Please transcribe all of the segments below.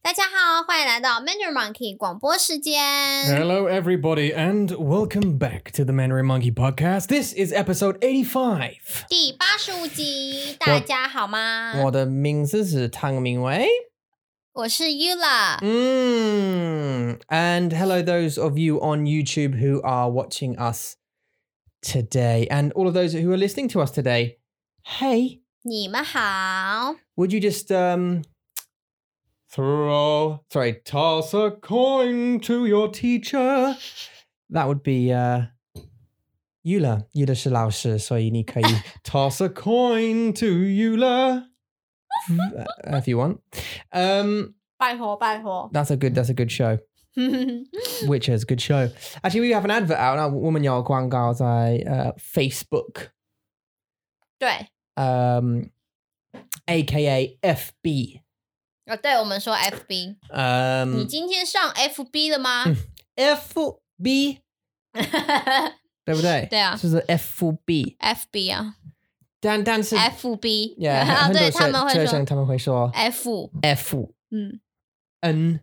大家好，欢迎来到 Mandarin Monkey 广播时间。 Hello, everybody, and welcome back to the Mandarin Monkey Podcast. This is episode 85. 第八十五集，大家好吗？我的名字是汤明威。我是嗯 Yula， Mm. And hello, those of you on YouTube who are watching us today, and all of those who are listening to us today. Hey, 你们好。 would you just um throw sorry toss a coin to your teacher? That would be uh. Eula, Eula 是老师，所以你可以 toss a coin to Eula Uh, if you want. Um, 拜托，拜托。 that's a good. That's a good show. which is a good show. Actually, we have an advert out now. 我们有广告在 uh, Facebook, 对， um, aka FB. 哦，对我们说 FB，、你 Um, 今天上 FB 了吗？ 嗯 FB 对不对？对啊。就是 FB FB 啊但-但是- ，FB， Yeah， 啊，对很多他们学-会说学生他们会说 F， F 嗯 N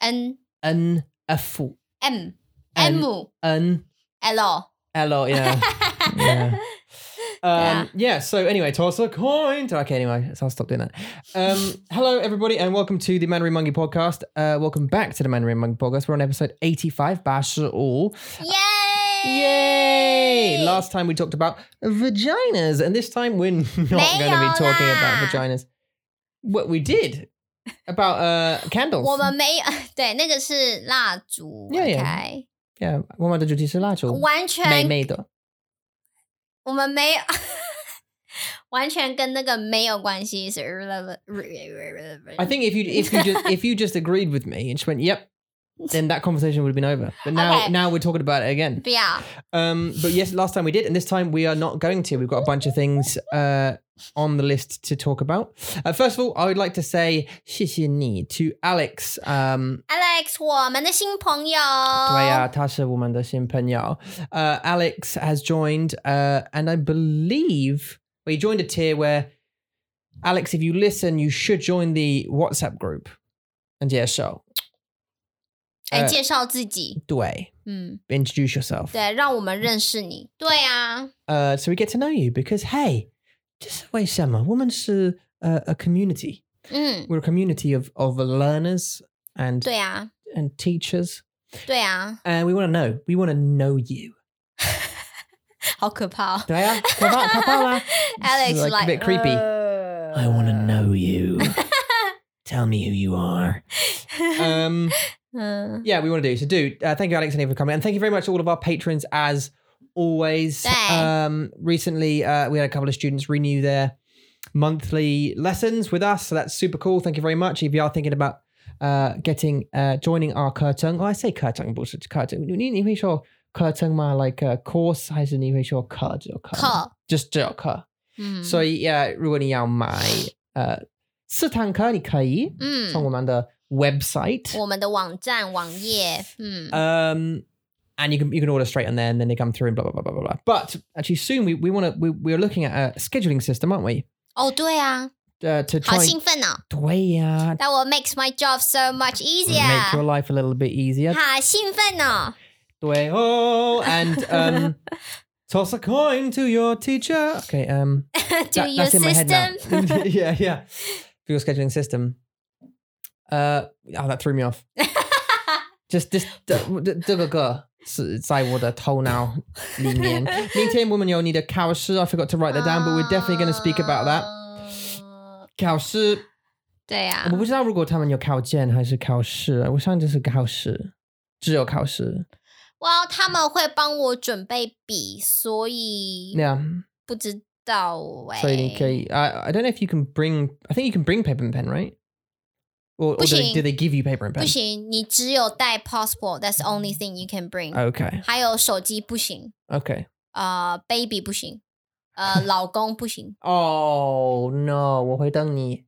，N N F M N M N L， L yeah yeah. Um, yeah. So anyway, toss a coin. Okay. Anyway, so I'll stop doing that. Um, hello, everybody, and welcome to the Mandarin Monkey Podcast. Uh, welcome back to the Mandarin Monkey Podcast. We're on episode eighty-five. Bash all. 耶， Yay! Last time we talked about vaginas, and this time we're not going to be talking about 没有啦。 vaginas. What we did about uh candles. 我们没有， 对，那个是蜡烛 Yeah, yeah. ，OK， yeah, 我们的主题是蜡烛，完全美美的。我们没有， 完全跟那个没有关系，是 irrelevant。 I think if you if you just if you just agreed with me and just went, "Yep," then that conversation would have been over. But now Okay. now we're talking about it again. 不要， Um, but yes, last time we did, and this time we are not going to. We've got a bunch of things uh, on the list to talk about. Uh, first of all, I would like to say 谢谢你 to Alex. Um, Alex，我们的新朋友。对呀、他是我们的新朋友。呃、Alex Uh, has joined, uh, and I believe we joined a tier where Alex, if you listen, you should join the WhatsApp group. And yeah, so 哎，呃介绍自己， do I 嗯， introduce yourself? 对，让我们认识你。对啊， Uh, so we get to know you because hey, just wait, Summer, woman's uh, a community. 嗯， We're a community of of learners and 对啊， and teachers, 对啊， and we want to know. We want to know you. 好可怕哦。 Do I? Come on, come on. Alex 呃 This is, like, a bit creepy. I want to Uh, know you. Tell me who you are. know。 Um, 嗯， yeah, we want to do. So, do. Uh, thank you, Alex and Eva, for coming. And thank you very much to all of our patrons, as always. Hey. Um, recently, uh, we had a couple of students renew their monthly lessons with us. So, that's super cool. Thank you very much. If you are thinking about uh, getting, uh, joining our Kurtung, oh, I say Kurtung, but it's Kurtung. You need to make sure Kurtung, my like uh, course, has a need to make sure Kurt or 课， Just uh, Jiao Kurt. 嗯，所以呃，如果你要买呃四堂课，你可以嗯，从我们的 website，我们的网站网页，嗯，嗯、and you can you can order straight on there, and then they come through and blah blah blah blah blah. blah. But actually, soon we we want to we we're looking at a scheduling system, aren't we? 哦，对啊， Uh, to 好 try 兴奋哦。对呀、 That will makes my job so much make your easier。 life a little bit easier. 好兴奋 哦！对哦，and um, toss a coin to your teacher. Okay, um. Do That- your that's in my head now. system？ yeah, yeah. For your scheduling system. Uh, oh, that threw me off. just, just, 这个个是在我的头脑里面。明天我们有你的考试 I forgot to write that down, but we're definitely going to speak about that. Oh. 嗯考试，对啊呀、我不知道如果他们有考卷还是考试，我想就是考试，只有考试。Yeah. 哇，他们会帮我准备笔，所以不知道哎、 So you can, I, I don't know if you can bring. I think you can bring paper and pen, right? Or, or do, 不 they, 行。 do they give you paper and pen? 不行，你只有带 passport，that's the only thing you can bring。 Okay. 还有手机不行， Okay. 呃，baby 不行， 呃，老公不行。 Oh no, 我会等你.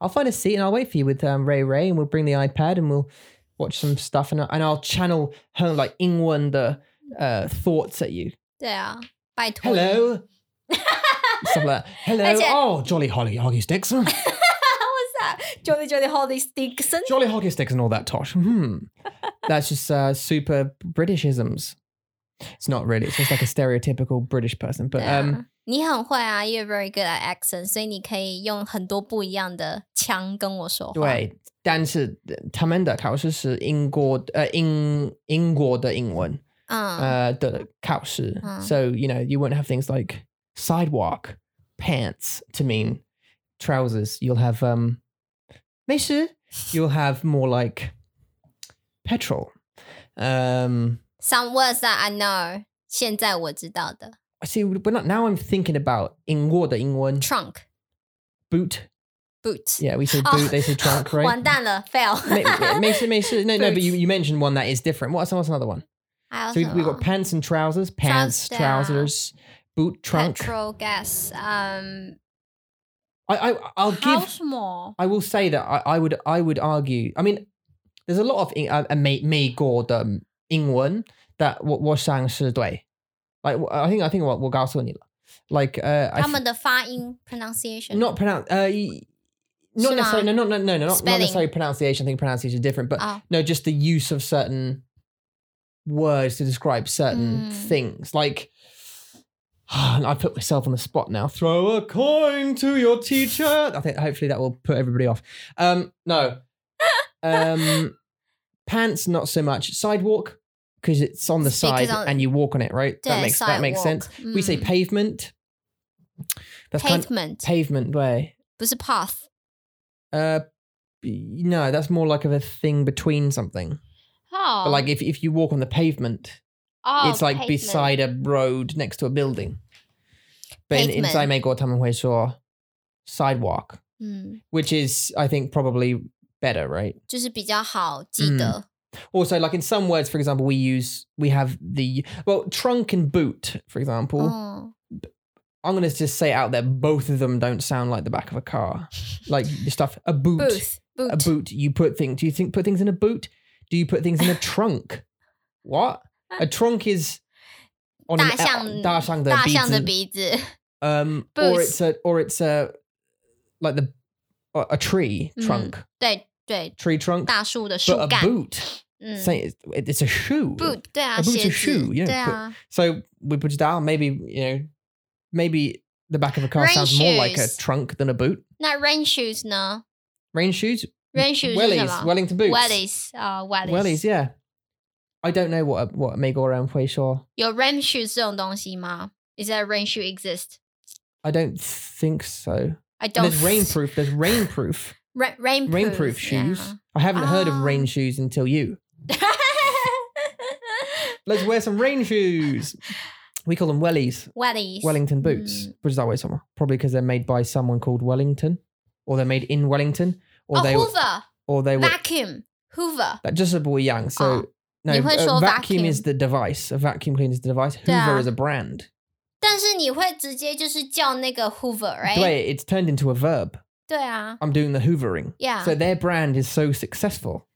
I'll find a seat and I'll wait for you with um, Ray Ray, and we'll bring the iPad and we'll watch some stuff, and I- and I'll channel her like Ingwen the uh, thoughts at you. 对啊，拜托你。 Hello. stuff like that. Hello. Okay. Oh, jolly holly hoggy sticks. What's that? that jolly jolly holiday sticks and Jolly hockey sticks and all that tosh. Hmm. That's just uh, super Britishisms. It's not really. It's just like a stereotypical British person. But um, 你很会啊，You're very good at accent，所以你可以用很多不一样的腔跟我说话。，对，但是他们的考试是英国呃英英国的英文嗯，呃的考试嗯，so you know you won't have things like sidewalk pants to mean trousers. You'll have um 没事 you'll have more like petrol. Um. Some words that I know，现在我知道的 See, we're not now. I'm thinking about 英国的英文，trunk boot. boot。 Yeah, we say boot. Oh. They say trunk, right? 完蛋了，fail。 没事没事，no no, but Boots. you, you mentioned one that is different. What's what's another one? 还有 So 什 we, 么 we got pants and trousers, pants, Uh-huh. Trousers. trousers, boot, trunk. petrol gas，嗯、 I, I I'll 还有 give. 什么？ I will say that I, I would I would argue. I mean, there's a lot of in- uh, May May Gordon England um, that what was sang Like I think I think what what Like uh, I 他们的发音 pronunciation 哦 not pronounce uh y- not Shall necessarily no, not no no no not, not Spelling. necessarily pronunciation i think pronunciation is different but Oh. no just the use of certain words to describe certain Mm. things like I put myself on the spot now. Throw a coin to your teacher. I think hopefully that will put everybody off. Um, no, um, pants not so much. Sidewalk because it's on the Because side on- and you walk on it, right? Yeah, that makes that makes sense. sidewalk. We say Mm. pavement. That's kind pavement， pavement way. 不是 path。 Uh, b- no, that's more like of a thing between something. 哦 But like if, if you walk on the pavement, oh, it's like pavement. beside a road next to a building. But in, in Pavement. Saimei Taman Hui saw sidewalk, 嗯， which is I think probably better, right? 就是比较好记得。 Also, like in some words, for example, we use we have the well trunk and boot, for example. 嗯 I'm gonna just say out there, both of them don't sound like the back of a car. Like the stuff a ，booth boot，, a boot. You put things. Do you think put things in a boot? Do you put things in a trunk? What Uh, a trunk is on an- e, 大象-大象的大象的鼻子。鼻子。 Um, or Boots. it's a or it's a like the a a tree Mhm. trunk, 对对， tree trunk. 大树的树 But a 干。 boot, 嗯 say it's, it's a Mm. shoe.，boot 对啊， a boot's 鞋 a shoe, 子 yeah, 对啊 So we put it down. Maybe you know, maybe the back of a car Rain sounds more like a shoes. trunk than a boot. 那 rain shoes 呢 Rain shoes, ？rain shoes 是什 wellies, 么 Wellington boots, ？wellies 啊 wellies. ，wellies。 Yeah, I don't know what a- what Mei Goran Hui saw. 有 rain shoes 这种东西吗？Is that rain shoe exist? I don't think so. I don't. There's rainproof. There's rainproof. Ra- rain rainproof shoes. I haven't heard of rain Ah. shoes until you. yeah. Let's wear some rain shoes. We call them wellies, wellies. Wellington boots, Mm. which is always someone probably because they're made by someone called Wellington, or they're made in Wellington, or Oh, they were, Hoover or they were vacuum. Hoover. that just a boy young. So Oh. no, You a heard sure vacuum, vacuum. is the device. A vacuum cleaner is the device. Hoover Yeah. is a brand. 但是你会直接就是叫那个 Hoover，right？ The way it's turned into a verb. 对啊 I'm doing the hoovering. ，Yeah， So their brand is so successful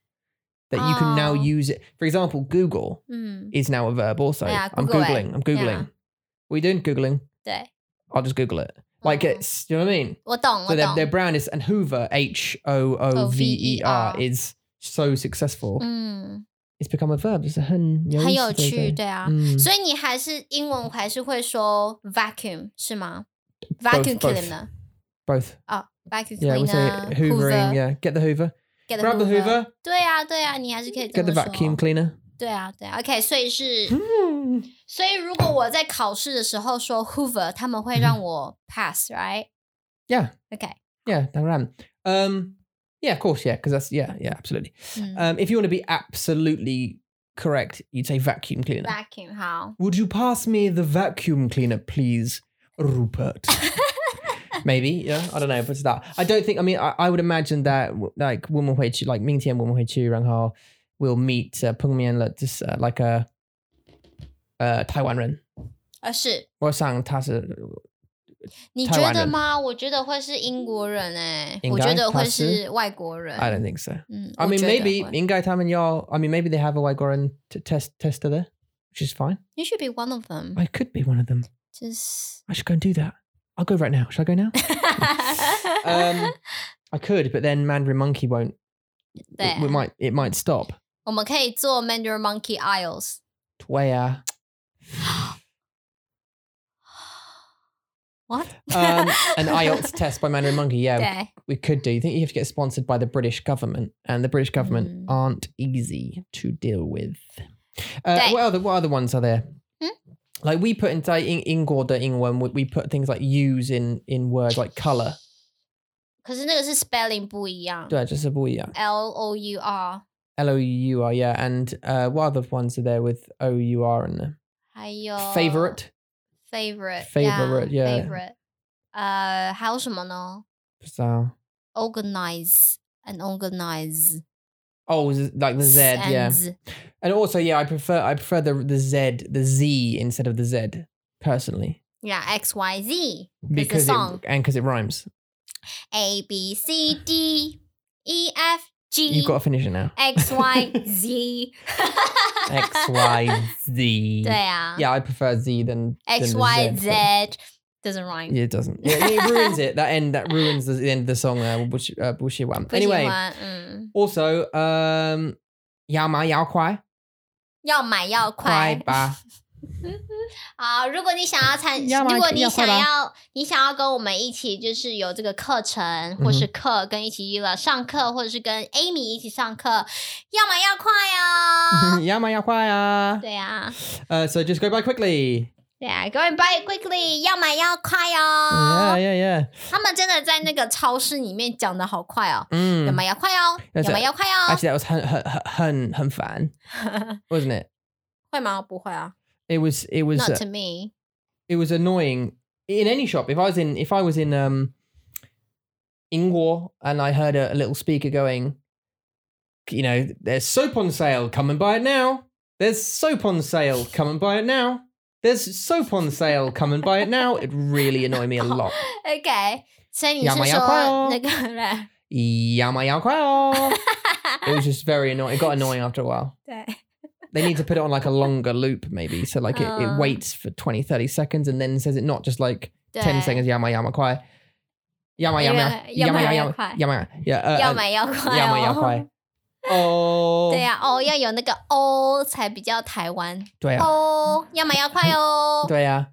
that you can now Oh. use it. For example, Google 嗯， is now a verb also. Yeah, I'm Google it. Googling. I'm Googling. Yeah. What are you doing? Googling. 对， I'll just Google it. Like 嗯 it's, you know what I mean? 我懂，我 So their, 懂 their，brand is, and Hoover, H O O O V E R, Mm. V E R. is so successful. 嗯， It's become a verb. It's a 很很有有意趣，思对不对对啊，嗯所以你还是英文还是会说 vacuum 是吗？vacuum both cleaner Both. 哦 v a c u u Yeah, m we say cleaner， hoovering. Yeah, get the Hoover. get Grab the Hoover. 对啊，对啊，你还是可以这 Get the 么说。vacuum cleaner. 对啊，对啊，OK，所以是， Hmm. 所以如果我在考试的时候说 Hoover，他们会让我 pass，right？OK，嗯 Yeah, yeah, Dangran. Um, yeah, of course, yeah, because that's, yeah, yeah, absolutely. 嗯 Um, if you want to be absolutely correct, you'd say vacuum cleaner. ，vacuum 好。 Would you pass me the vacuum cleaner, please, Rupert? Maybe, yeah. I don't know, but it's that. I don't think. I mean, I, I would imagine that w- like woman Hui Chu, like Ming Tian woman Hui Chu, and Hao will meet uh, Peng Mian like this, uh, like a uh, Taiwan Ren 啊，是 or Sang Tas. uh, 你台湾觉得人吗？我觉得会是英国人哎、应我该觉得他会是是外国人。 I don't think so. 嗯 I 我 mean, 觉得 maybe 会 Ingai Tam and Yao. I mean, maybe they have a Wagoran t- test tester there, which is fine. you should be one of them. I could be one of them. Just I should go and do that. I'll go right now. Shall I go now? Um, I I could, but then Mandarin Monkey won't. 对 It, we might. It might stop. 我们可以做 Mandarin Monkey Isles。 Where? What？、 Um, an IELTS test by Mandarin Monkey. Yeah, 对 we could do. You think you have to get sponsored by the British government, and the British government Mm. aren't easy to deal with. Uh, They- what other what other ones are there? Hmm? Like we put in in Ingor the Ingwen, we- we put things like use in in words like color. 可是那个是 spelling 不一样。 Yeah, just a boy, yeah. L O U R， L O U R, yeah. And uh, what other ones are there with O U R in there? 还有 Favorite favorite Favorite, yeah. favorite，呃，还有什么呢 so ？Organize and organize， oh z- like the Z, yeah. and- And also, yeah, I prefer I prefer the the Z the Z instead of the Z personally Yeah, X Y Z because it, song. and because it rhymes. A B C D E F G You've got to finish it now. X Y Z X Y Z. 对啊 Yeah, I prefer Z than X than Y the Z Z. but- doesn't rhyme， Yeah, it doesn't. Yeah, it ruins it. That end that ruins the, the end of the song. Uh, bullshit, uh, bullshit one. 不喜 Anyway, 欢嗯， also, um, Yao Ma Yao Kwai. 要买要快快。吧， 好，如果你想要参， 要吗如果你要想快吧要你想要跟我们一起，就是有这个课程或嗯是课，跟一起了上课，或者是跟 Amy 一起上课，要么要嗯快哦。 Yama Yakwaya. 对啊， Uh, so just go by quickly. 对啊，Go and buy it quickly，要买要快 Yeah, 哦。 yeah, yeah. 他们真的在那个超市里面讲的好快哦，要 Mm. 买要快哦， That's 要买 it. 要快 哦。 Actually, that was hun, hun, hun, hun fan, wasn't it? 会吗？不会啊 It was, it was, ，Not uh, to me。 it was annoying in any shop. If I was in, if I was in, um, Ingwar and I heard a, a little speaker going, you know, there's soap on sale, come and buy it now. There's soap on sale, come and buy it now. There's soap on sale, come and buy it now. It really annoyed me a lot. OK，所以你要是买要快哦说那个 人？ Yama Yao Kwao. it was just very annoying. It got annoying after a while. 对。 They need to put it on like a longer loop, maybe. So like it, it Uh. waits for 20, 30 seconds and then says it not just like 10对 seconds, Yama Yama Kwai. Yama Yama Yeah, Yama Yama Yama Yakwai. Yama Yeah. uh, 要 uh, 买要快 Yama 哦。 Yao Kwai. Oh. 对呀、哦，要有那个哦才比较台湾对啊，哦，要买要快哦， 对啊。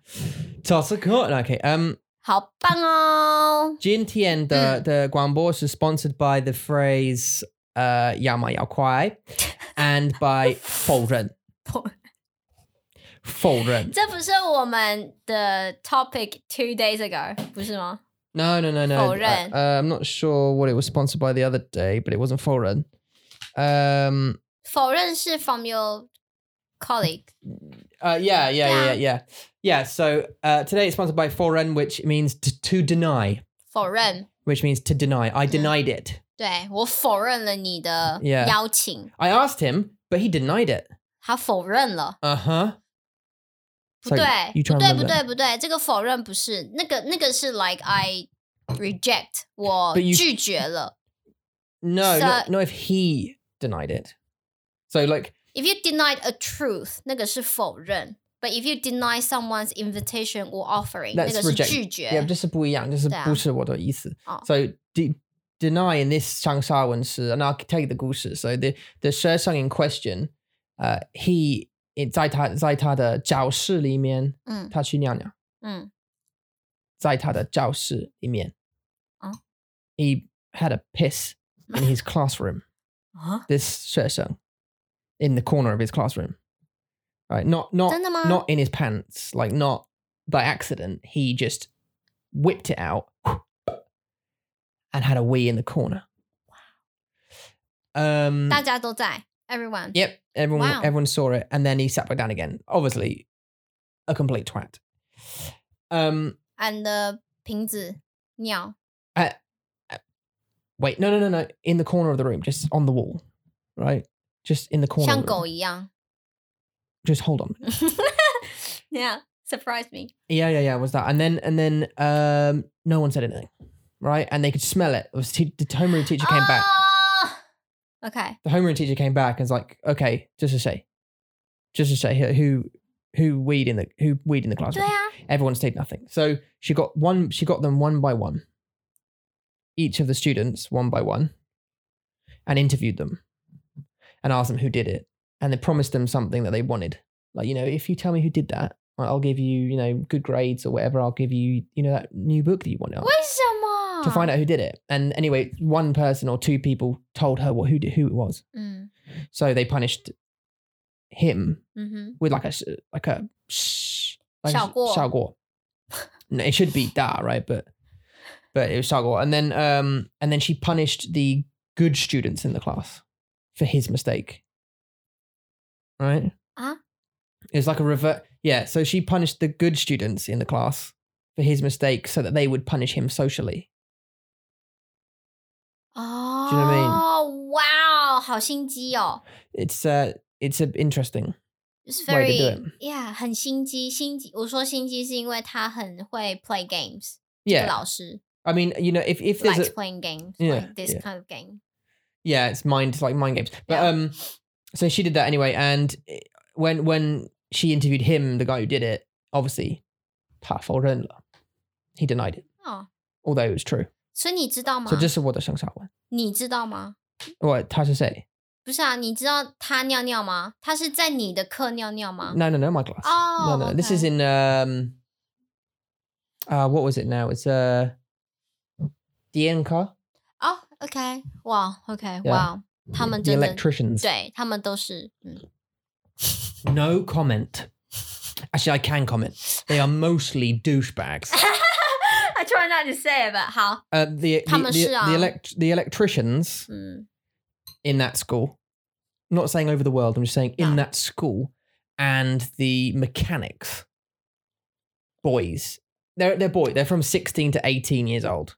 早是可- Okay. Um, 好棒哦， Jin Tien, the, the Guanbos is sponsored by the phrase uh, Yama Yao Kwai and by Foldren. 否认。这不是我们的 topic two days ago 不是吗？ No, no, no, no. Foreign. Uh, uh, I'm not sure what it was sponsored by the other day, but it wasn't foreign. Um. 否认是 from your colleague， Uh, yeah, yeah, yeah, yeah, yeah. Yeah. So uh, today it's sponsored by foreign, which means to, to deny, 否认， which means to deny. I denied it. 对我否认了你的 Yeah 邀请 I asked him, but he denied it. 他否认了， Uh huh. 不 So 对， you 不 try 对， and 不 remember. 对，不对，这个否认不是那个，那个是 like I reject，我 But you- 拒绝了。 No, no, So- no. If he denied it, so like, If you denied a truth，那个是否认；but if you deny someone's invitation or offering，那 That's 个是 reject. 拒绝。 yeah, just a yeah, just a 对啊。不是我的意思。哦。 So er de- er deny in this Shangsha and I'll tell you the 故事. So the the She Shang in question, uh, he in 在他-在他的教室里面，嗯。他去尿尿。嗯。在他的教室里面。哦。 He had a piss in his classroom. 啊， This She Shang in the corner of his classroom. Right, not not 真的吗？ not in his pants, like not by accident. He just whipped it out and had a wee in the corner. Um. 大家都在，everyone。 Yep. Everyone. Wow. Everyone saw it, and then he sat back down again. Obviously, a complete twat. Um. And the 瓶子尿， Wait. No. No. No. No. In the corner of the room, just on the wall, right? Just in the corner. of 像 the room. 狗一样。 Just hold on. yeah, surprise me. Yeah, yeah, yeah. Was that? And then, and then, um, no one said anything, right? And they could smell it. it was te- the homeroom teacher came 哦 back. o k The homeroom teacher came back and was like, "Okay, just a say, just a say, who, who weed in the who weed in the 对 classroom? 啊， Everyone stayed nothing. So she got one. She got them one by one. each of the students one by one and interviewed them and asked them who did it. And they promised them something that they wanted. Like, you know, if you tell me who did that, I- I'll give you, you know, good grades or whatever. I'll give you, you know, that new book that you want. 为什么？ to find out who did it. And anyway, one person or two people told her what who did, who it was. 嗯 So they punished him 嗯哼， with like a s- like a sh- like a sh- 小过。小过. No, it should be da right, but but it was 小过. And then um and then she punished the good students in the class for his mistake. Right? Huh? It's like a revert. Yeah, so she punished the good students in the class for his mistake so that they would punish him socially. 哦 you know what I mean? 哇哦，好心机哦 it's uh it's uh, interesting ，it's Way to do very yeah，很心机，心机。我说心机是因为他很会 play games，这个 yeah 老师 i mean you know if if there's a, likes playing games Yeah, like this yeah. kind of game。 yeah it's mind like mind games but Yeah. um so she did that anyway and it- when when she interviewed him the guy who did it obviously 他否认了. he denied it 哦， although it was true 所以你知道吗 so？just what the 你知道吗？ what Tasha say 不是啊，你知道他尿尿吗？他是在你的课尿尿吗？ no no no my class Oh, no no this okay. is in um uh what was it now it's uh DNK 哦，OK，哇，OK， Yeah. 哇，他们 the 真的 electricians 对他们都是 嗯 No comment. Actually, I can comment. They are mostly douchebags. 啊，I try not to say it，but 好， Uh, the the, the, 他们是啊。 the elect- the electricians 嗯。 in that school, not saying over the world, I'm just saying in No. that school, and the mechanics, boys. They're they're boy. They're from 16 to 18 years old.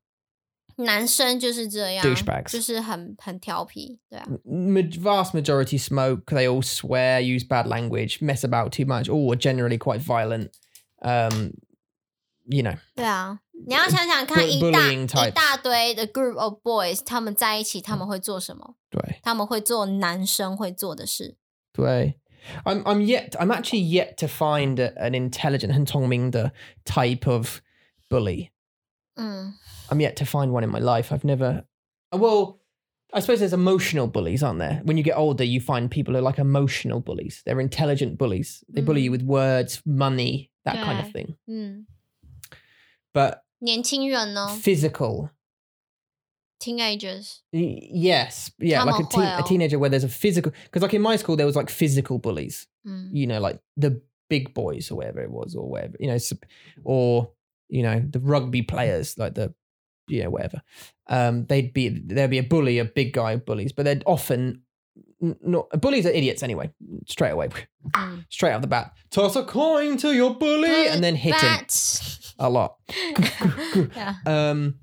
男生就是这样 Douchebags 就是很很调皮，对啊， Ma- vast majority smoke. They all swear, use bad language, mess about too much. All are generally quite violent. Um, you know. 对啊。你要想 想看， Bu- 一大 bullying types 嗯一大堆的 group of boys，他们在一起，他们会做什么？对。他们会做男生会做的事。对. I'm I'm yet I'm actually yet to find a, an intelligent Hentongmingda type of bully. 嗯 I'm yet to find one in my life. I've never well, I suppose there's emotional bullies, aren't there? When you get older, you find people who are like emotional bullies. They're intelligent bullies. They bully you with words, money, that kind of Yeah. thing. 嗯， But 年轻人呢 physical, ，teenagers， y- yes, yeah, like a, teen, a Tamohoyo. teenager where there's a physical. Because like in my school, there was like physical bullies. 嗯 you know, like the big boys or whatever it was, or whatever, you know, sup- or, you know, the rugby players, like the, you know, whatever. Um, they'd be, there'd be a bully, a big guy of bullies, but they'd often, n- not, bullies are idiots anyway, straight away, Mm. straight out the bat. Toss a coin to your bully and then hit him Bats. a lot. Yeah. Um,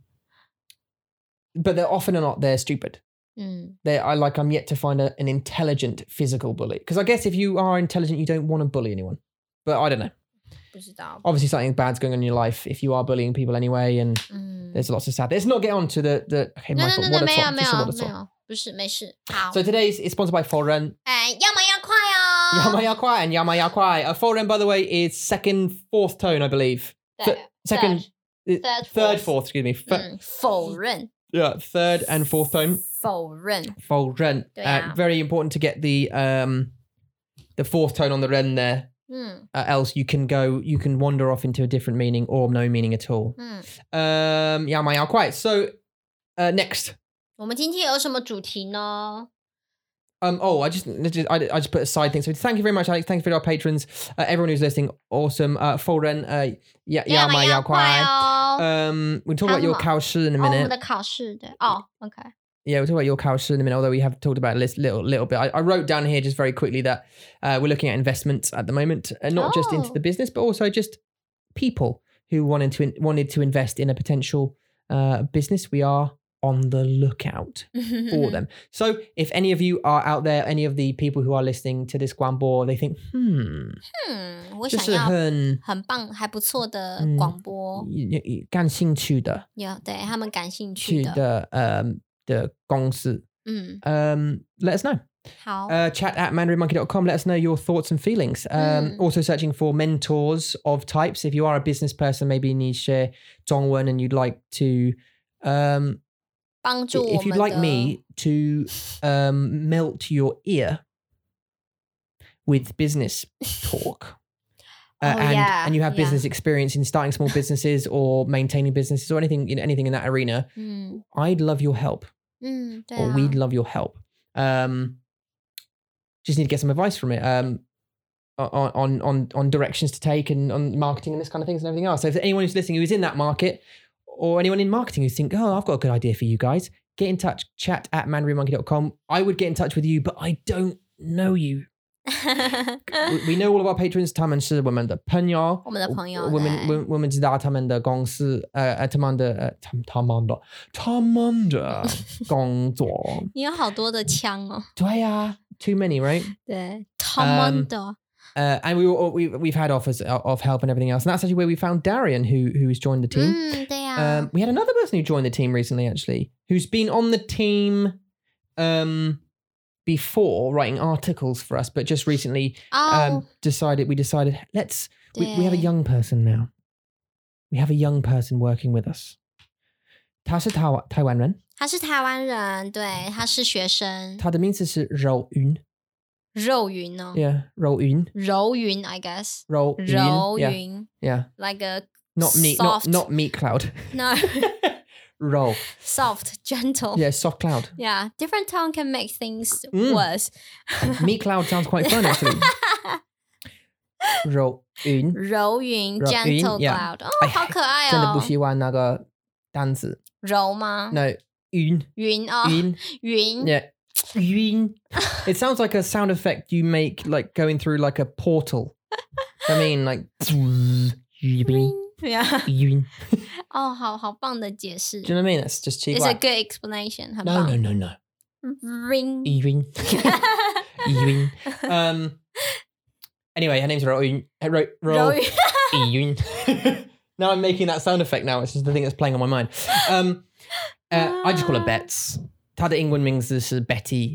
but they're often not, they're stupid. 嗯， They, I like. I'm yet to find a, an intelligent physical bully because I guess if you are intelligent, you don't want to bully anyone. But I don't know. 不知道。 obviously something bad's going on in your life if you are bullying people anyway and 嗯， there's lots of sad let's not get on to the the okay no no Michael, no what no， a 没有 talk, 没 just a 有 what 没 a talk. 有，不是没事。好， so today's is sponsored by Foren 哎，要么要快哦。 Yamayakwai and Yamayakwai uh, Foren by the way is second fourth tone I believe 对， second third- third third fourth Mm. fourth excuse me Fir- 嗯，否认。 yeah, third and fourth tone 否认。 Foren uh, Yeah. very important to get the um the fourth tone on the ren there 嗯 uh, else you can go you can wander off into a different meaning or no meaning at all 嗯， um Yamayakwai so uh, next 我们今天有什么主题呢？ Um, oh, I just, I just I just put a side thing. So thank you very much, Alex. Thank you for our patrons, uh, everyone who's listening. Awesome. Uh, Foren, uh, yeah, yeah, 们 my 要 yeah, 快 quite. 哦。 Um, oh, we'll talk about your Amma. cow in 哦，我 a 们 minute. 的考试对哦，OK， Yeah, we'll talk about your cow in a minute. Although we have talked about a little little bit. I, I wrote down here just very quickly that uh, we're looking at investments at the moment, and not just into Oh. the business, but also just people who wanted to in, wanted to invest in a potential uh, business. We are on the lookout for Mm-hmm. them. So if any of you are out there, any of the people who are listening to this Guanbo, they think, hmm, 嗯，我这想是要很很棒还不错的嗯广播，感兴趣的有对他们感兴趣去的，的嗯的公司。嗯， Um, let us know. 好， Uh, chat at mandarinmonkey.com. Let us know your thoughts and feelings. Um, Mm. Also, searching for mentors of types. If you are a business person, maybe you need to share Dongwen and you'd like to um, 帮助我们 if you'd 的。 like me to um, melt your ear with business talk. Uh, Oh, and, yeah, and you have yeah. business experience in starting small businesses or maintaining businesses or anything in anything in that arena. 嗯 I'd love your help, 嗯，对 or 啊， we'd love your help. Um, just need to get some advice from it um, on on on on directions to take and on marketing and this kind of things and everything else. So if anyone who's listening who is in that market or anyone in marketing who think, oh, I've got a good idea for you guys, get in touch. Chat at mandarinmonkey.com. I would get in touch with you, but I don't know you. we, we know all of our patrons, 他们是我们的朋友，我们的朋友，对。uh, 我们我们我们知道他们的公司，呃呃，他们的呃他他们的他们的工作，对呀、啊、，too 你有好多的枪哦，uh, many right？对 t o m a n d o Uh, and we were, we we've had offers uh, of help and everything else, and that's actually where we found Darian, who who has joined the team. 嗯，对呀、 Um, we had another person who joined the team recently, actually, who's been on the team, um, before writing articles for us, but just recently, 哦 um, decided we decided let's we, we have a 对 young person now. We have a young person working with us. 他是台湾台湾人，他的名字他是柔云，是台湾人，对，他是学生，肉云哦 Yeah, 柔云，I guess，柔柔云，柔云，Yeah, 云 yeah. ，like a Not me, not Soft. not meat cloud. no Roll. soft gentle。 Yeah, soft cloud. Yeah, different tone can make things 嗯 worse. Meat cloud sounds quite fun actually. 柔云， 柔云柔云 gentle ，yeah cloud，哦哎，好可爱哦。真的不喜欢那个单词。No, 柔吗？云，云哦，云，云 Yeah. Ying. it sounds like a sound effect you make like going through like a portal. I mean like ying. ，yeah， Ying. 哦，好好棒的解释 Do you know what I mean? That's just cheap. ，It's a good explanation，很 no, no, 棒。嗯 no, no. Ring， Ying. Ying. Um anyway, her name's Royun. Ro Ro 柔云 Ying. now I'm making that sound effect now, it's just the thing that's playing on my mind. Um uh, I just call her Bets. 她的英文名字是 Betty.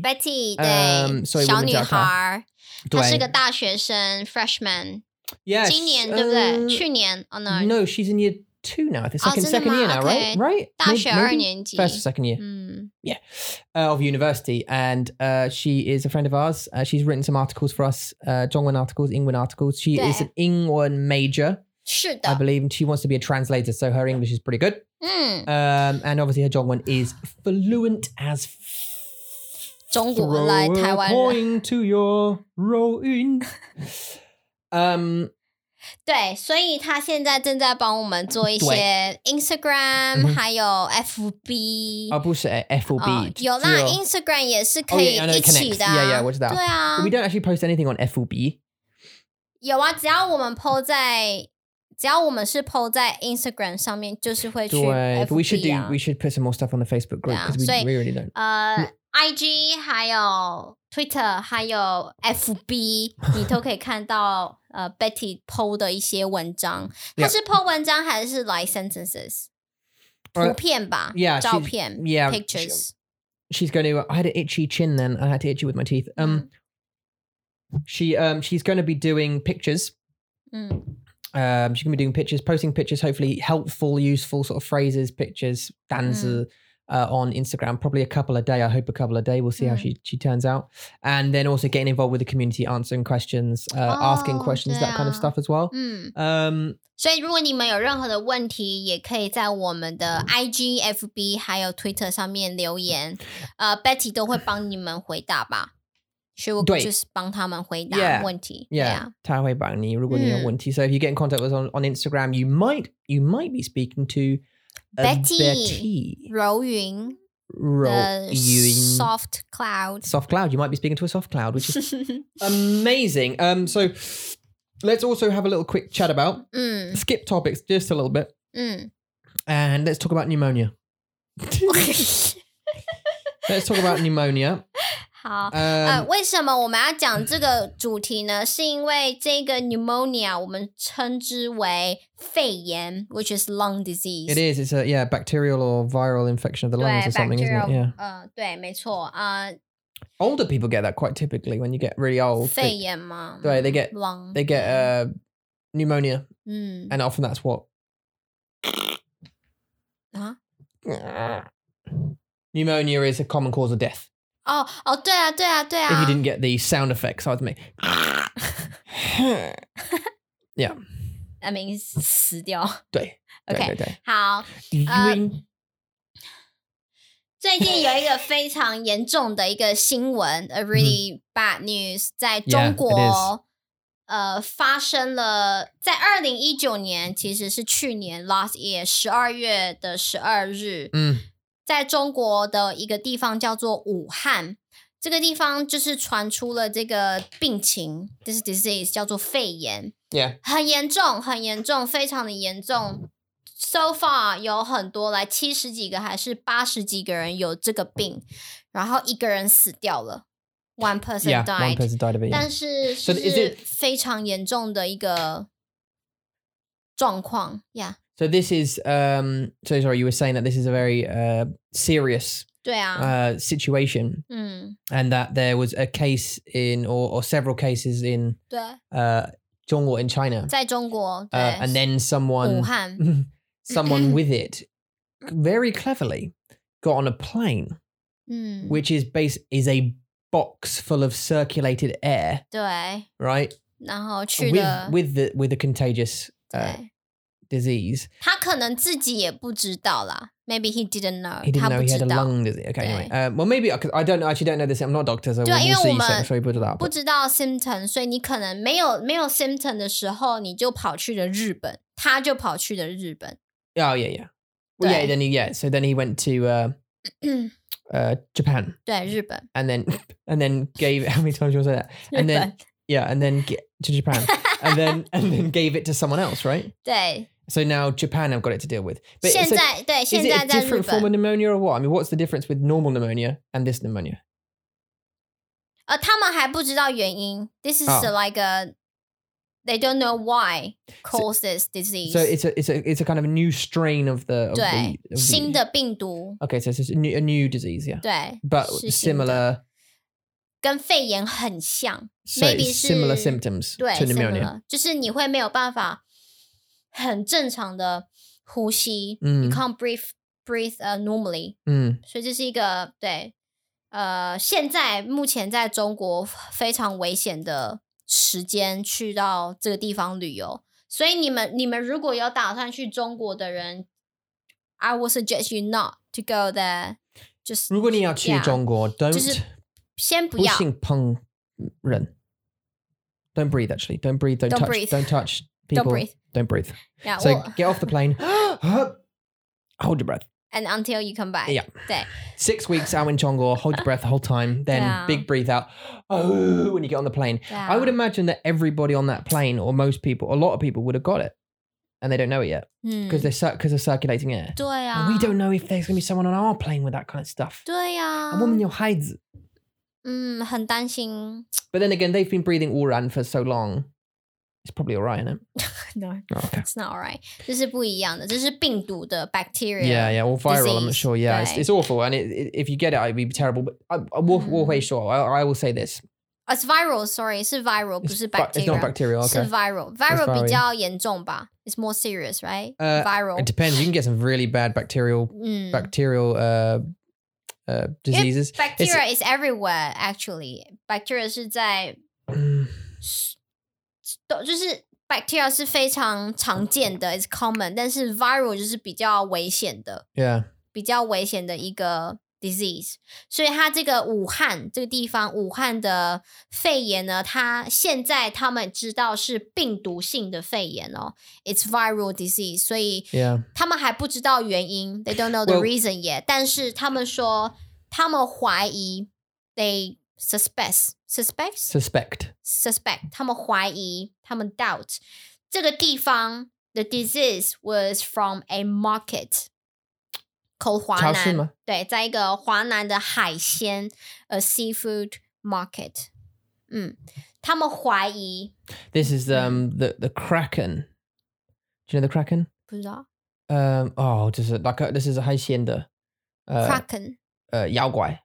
Betty，嗯所对，以我小们女叫她孩，她对。是个大学生，freshman， Yes, 今年对不对？ uh, 去年哦，no， No, she's in year two now. I think Oh, second it's in the second year mar- now, okay. right? Right? 大 May- 学 maybe 二年级， First or second Mm. year 嗯， uh, of university, and uh, she is a friend of ours. Uh, she's written some articles for us, uh, Zhongwen articles, Ingwen articles. She is Yeah. an Ingwen major, 是 I 的， believe, and she wants to be a translator, so her English is pretty good. 嗯， Um, and obviously, her Zhongwen is fluent as. f- 中 Throw 国来 a 台湾人。 coin to your rowing. um, 对，所以他现在正在帮我们做一些 Instagram，、嗯哼还有 FB。 I will say F will 哦 be 有啦，Instagram 也是可 Oh, 以 yeah, I know it 一起 connects. 的、 Yeah, yeah, 我知道对啊 We，don't actually post anything on FOB. 有啊，只要我们 PO 在，只要我们是 PO 在 Instagram 上面，就是会去 But we should do. FB 啊 We，should put some more stuff on the Facebook group Yeah, because so- uh, we, we really don't. 呃，IG 还有 Twitter 还有 FB，你都可以看到呃 Betty PO 的一些文章。他 Yeah 是 PO 文章还是 like sentences？ Uh, 图片吧 yeah, 照 she's- 片 yeah, pictures。 She's going to. I had an itchy chin then. I had to itchy with my teeth. Um, Mm. she um she's going to be doing pictures. 嗯 Um, she's going to be doing pictures, posting pictures, hopefully helpful, useful sort of phrases, pictures, Mm. danza. Uh, on Instagram, probably a couple a day. I hope a couple a day. We'll see how Mm. she she turns out, and then also getting involved with the community, answering questions, uh, asking Oh, questions, that kind of yeah. stuff as well. 嗯， Um, 所以如果你们有任何的问题，也可以在我们嗯的 IG、FB 还有 Twitter 上面留言，呃，Betty 都会帮你们回答吧。She will 对就是帮他们回 Yeah，答问题。 Yeah, Yeah. Mm. 他会帮你。如果你有问题，so if you get in contact with us on, on Instagram, you might you might be speaking to uh, Betty. Betty 柔云 Ro- the Ewing. 呃 soft cloud， soft cloud. You might be speaking to a soft cloud, which is amazing. Um, so let's also have a little quick chat about 嗯 skip topics just a little bit, 嗯， and let's talk about pneumonia. let's talk about pneumonia. 好。呃， Um, 为什么我们要讲这个主题呢？是因为这个 pneumonia 我们称之为肺炎，which is lung disease。 it is. It's a yeah bacterial or viral infection of the 对 lungs or something, isn't it? Yeah. bacterial，呃，对，没错，啊， Older people get that quite typically when you get really old. 肺 They, 炎嘛，哦对，they get- lung， they get uh, pneumonia. 嗯 and often that's what 啊， pneumonia is a common cause of death. 哦哦，对啊对啊对 If you 啊， didn't get the sound effects I was making. I mean 死掉。对 OK，对对好，呃对，最近有一个非常严重的一个新闻，a really bad news，在中 it 国呃发生了，在二零一九年其实是去年 last year 十二月的十二日，嗯在中国的一个地方叫做武汉，这个地方就是传出了这个病情，这是 disease 叫做肺炎， ，Yeah，很严重，很严重，非常的严重。So far 有很多来七十几个还是八十几个人有这个病，然后一个人死掉 了，one person yeah. died， One person died of it. yeah. 但是 So 是 is 是 it- 非常严重的一个状况，Yeah， So this is um. So sorry, you were saying that this is a very uh serious 对啊， uh situation, 嗯， and that there was a case in or or several cases in 对， uh Zhongguo in China, 在中国， uh, 对 and then 嗯武 someone 汉， someone with it very cleverly got on a plane, 嗯， which is base is a box full of circulated air, 对， right? 然哦后去 With 了， with the with a contagious uh, 对， disease. 他可能自己也不知道啦，Maybe he didn't know， He 他 didn't know 不 he 知 had a 道。 lung disease. Okay, anyway. Um, well, maybe because I don't know, actually don't know this. I'm not a doctor, so 对啊， we'll, 因为 we'll see. 我们 So, so we put it up. 不知道 symptom，所以你可能没有没有 symptom 的时候，你就跑去了日本，他就跑去了日本。 oh yeah, yeah. Well, yeah. Yeah. Then he, yeah. So then he went to uh, uh, Japan 对，日本， and then and then gave how many times do you want to say that? 日 And 本 then，yeah, and then ge- to Japan and then and then gave it to someone else, right? 对， So now Japan have got it to deal with. But 现 so 在对， is 现 it 在 a 在日 different form 本 of，pneumonia or what? I mean, what's the difference with normal pneumonia and this pneumonia? 呃，他们还不知道原因。This is 哦 like a they don't know why causes disease。 So it's a it's a it's a kind of a new strain of the of the, 对 of，the 新的病毒， Okay, so it's just a new, a new disease, yeah. 对， but 是新的 similar 跟肺炎很像， so it's Maybe similar 是 symptoms 对 to 是 pneumonia. 的，就是你会没有办法很正常的呼吸，嗯 you can't breathe breathe 呃、normally， Mm. 所以这是一个对呃现在目前在中国非常危险的时间去到这个地方旅游，所以你们你们如果有打算去中国的人，I would suggest you not to go there，just 如果你要去 yeah，中国, don't 就是先不要不信碰人. Don't breathe actually. Don't breathe. Don't, Don't touch. breathe. Don't touch people. don't breathe， Don't breathe. 呀、yeah,， So 我 get off the plane. hold your breath. and until you come back， Yeah. 对。 Six weeks out in Chongqing, hold your breath the whole time. Then Yeah. big breathe out. Oh, when you get on the plane, Yeah. I would imagine that everybody on that plane, or most people, a lot of people would have got it, and they don't know it yet 嗯 because they're because of circulating air. 对啊 And we don't know if there's going to be someone on our plane with that kind of stuff. 对呀、 And woman, your hides. 嗯，很担心。 But then again, they've been breathing all around for so long. It's probably all right, isn't it? No, Oh, okay. it's not alright. 这是不一样的，这是病毒的 bacteria。 Yeah, yeah. Well, viral, I'm not disease, sure. Yeah, it's, right. it's awful. And it, it, if you get it, it'd be terrible. But uh, I, I will, Mhm. will wait, sure. I, I will say this. i t s viral. Sorry，是 viral，不是 But it's not bacteria， bacterial. 是 Okay. viral。 viral viral 比较严重吧？It's more serious, right? 呃 It Viral. depends. You can get some really bad bacterial 嗯 bacterial uh, uh, diseases. ，bacteria is everywhere. Actually, bacteria 是在 Mm, 都就是 bacteria 是非常常见的，is common。但是 viral 就是比较危险的。 yeah. 比较危险的一个 disease，所以它这个武汉这个地方，武汉的肺炎呢，它现在他们知道是病毒性的肺炎哦，it's viral disease，所以 Yeah. 他们还不知道原因，they don't know the Well- reason yet，但是他们说他们怀疑，they suspect suspect Suspect. suspect，他们怀疑，他们 doubt 这个地方 the disease was from a market。口华超市南吗对，在一个华南的海鲜呃 seafood market，嗯，他们怀疑 This is um the the kraken. Do you know the kraken? 不知道、 Um, oh, this is like a, this is a 海鲜的 uh kraken， uh 嗯，妖怪，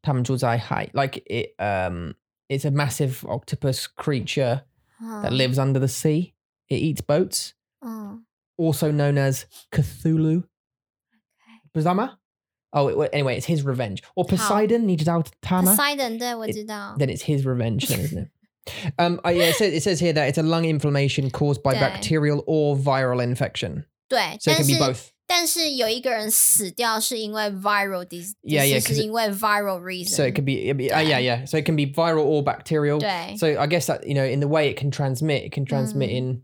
他们住在海 like it um it's a massive octopus creature 嗯 that Oh. lives under the sea. It eats boats, 嗯 also known as Cthulhu. Bazama? Oh, it, anyway, it's his revenge. Or Poseidon, 你知道他吗? Poseidon，对我知道。 Then it's his revenge, then, isn't it? Um, I, yeah, it, says, it says here that it's a lung inflammation caused by Yeah. bacterial or viral infection. 对， So it 但 can 是 be both. 但是有一个人死掉是因为 viral dis， Yeah, yeah, 'cause 是 it- 因为 viral reason。 So it could be, it'd be- uh, yeah, yeah. So it can be viral or bacterial. 对 So I guess that, you know, in the way it can transmit, it can transmit Mm. in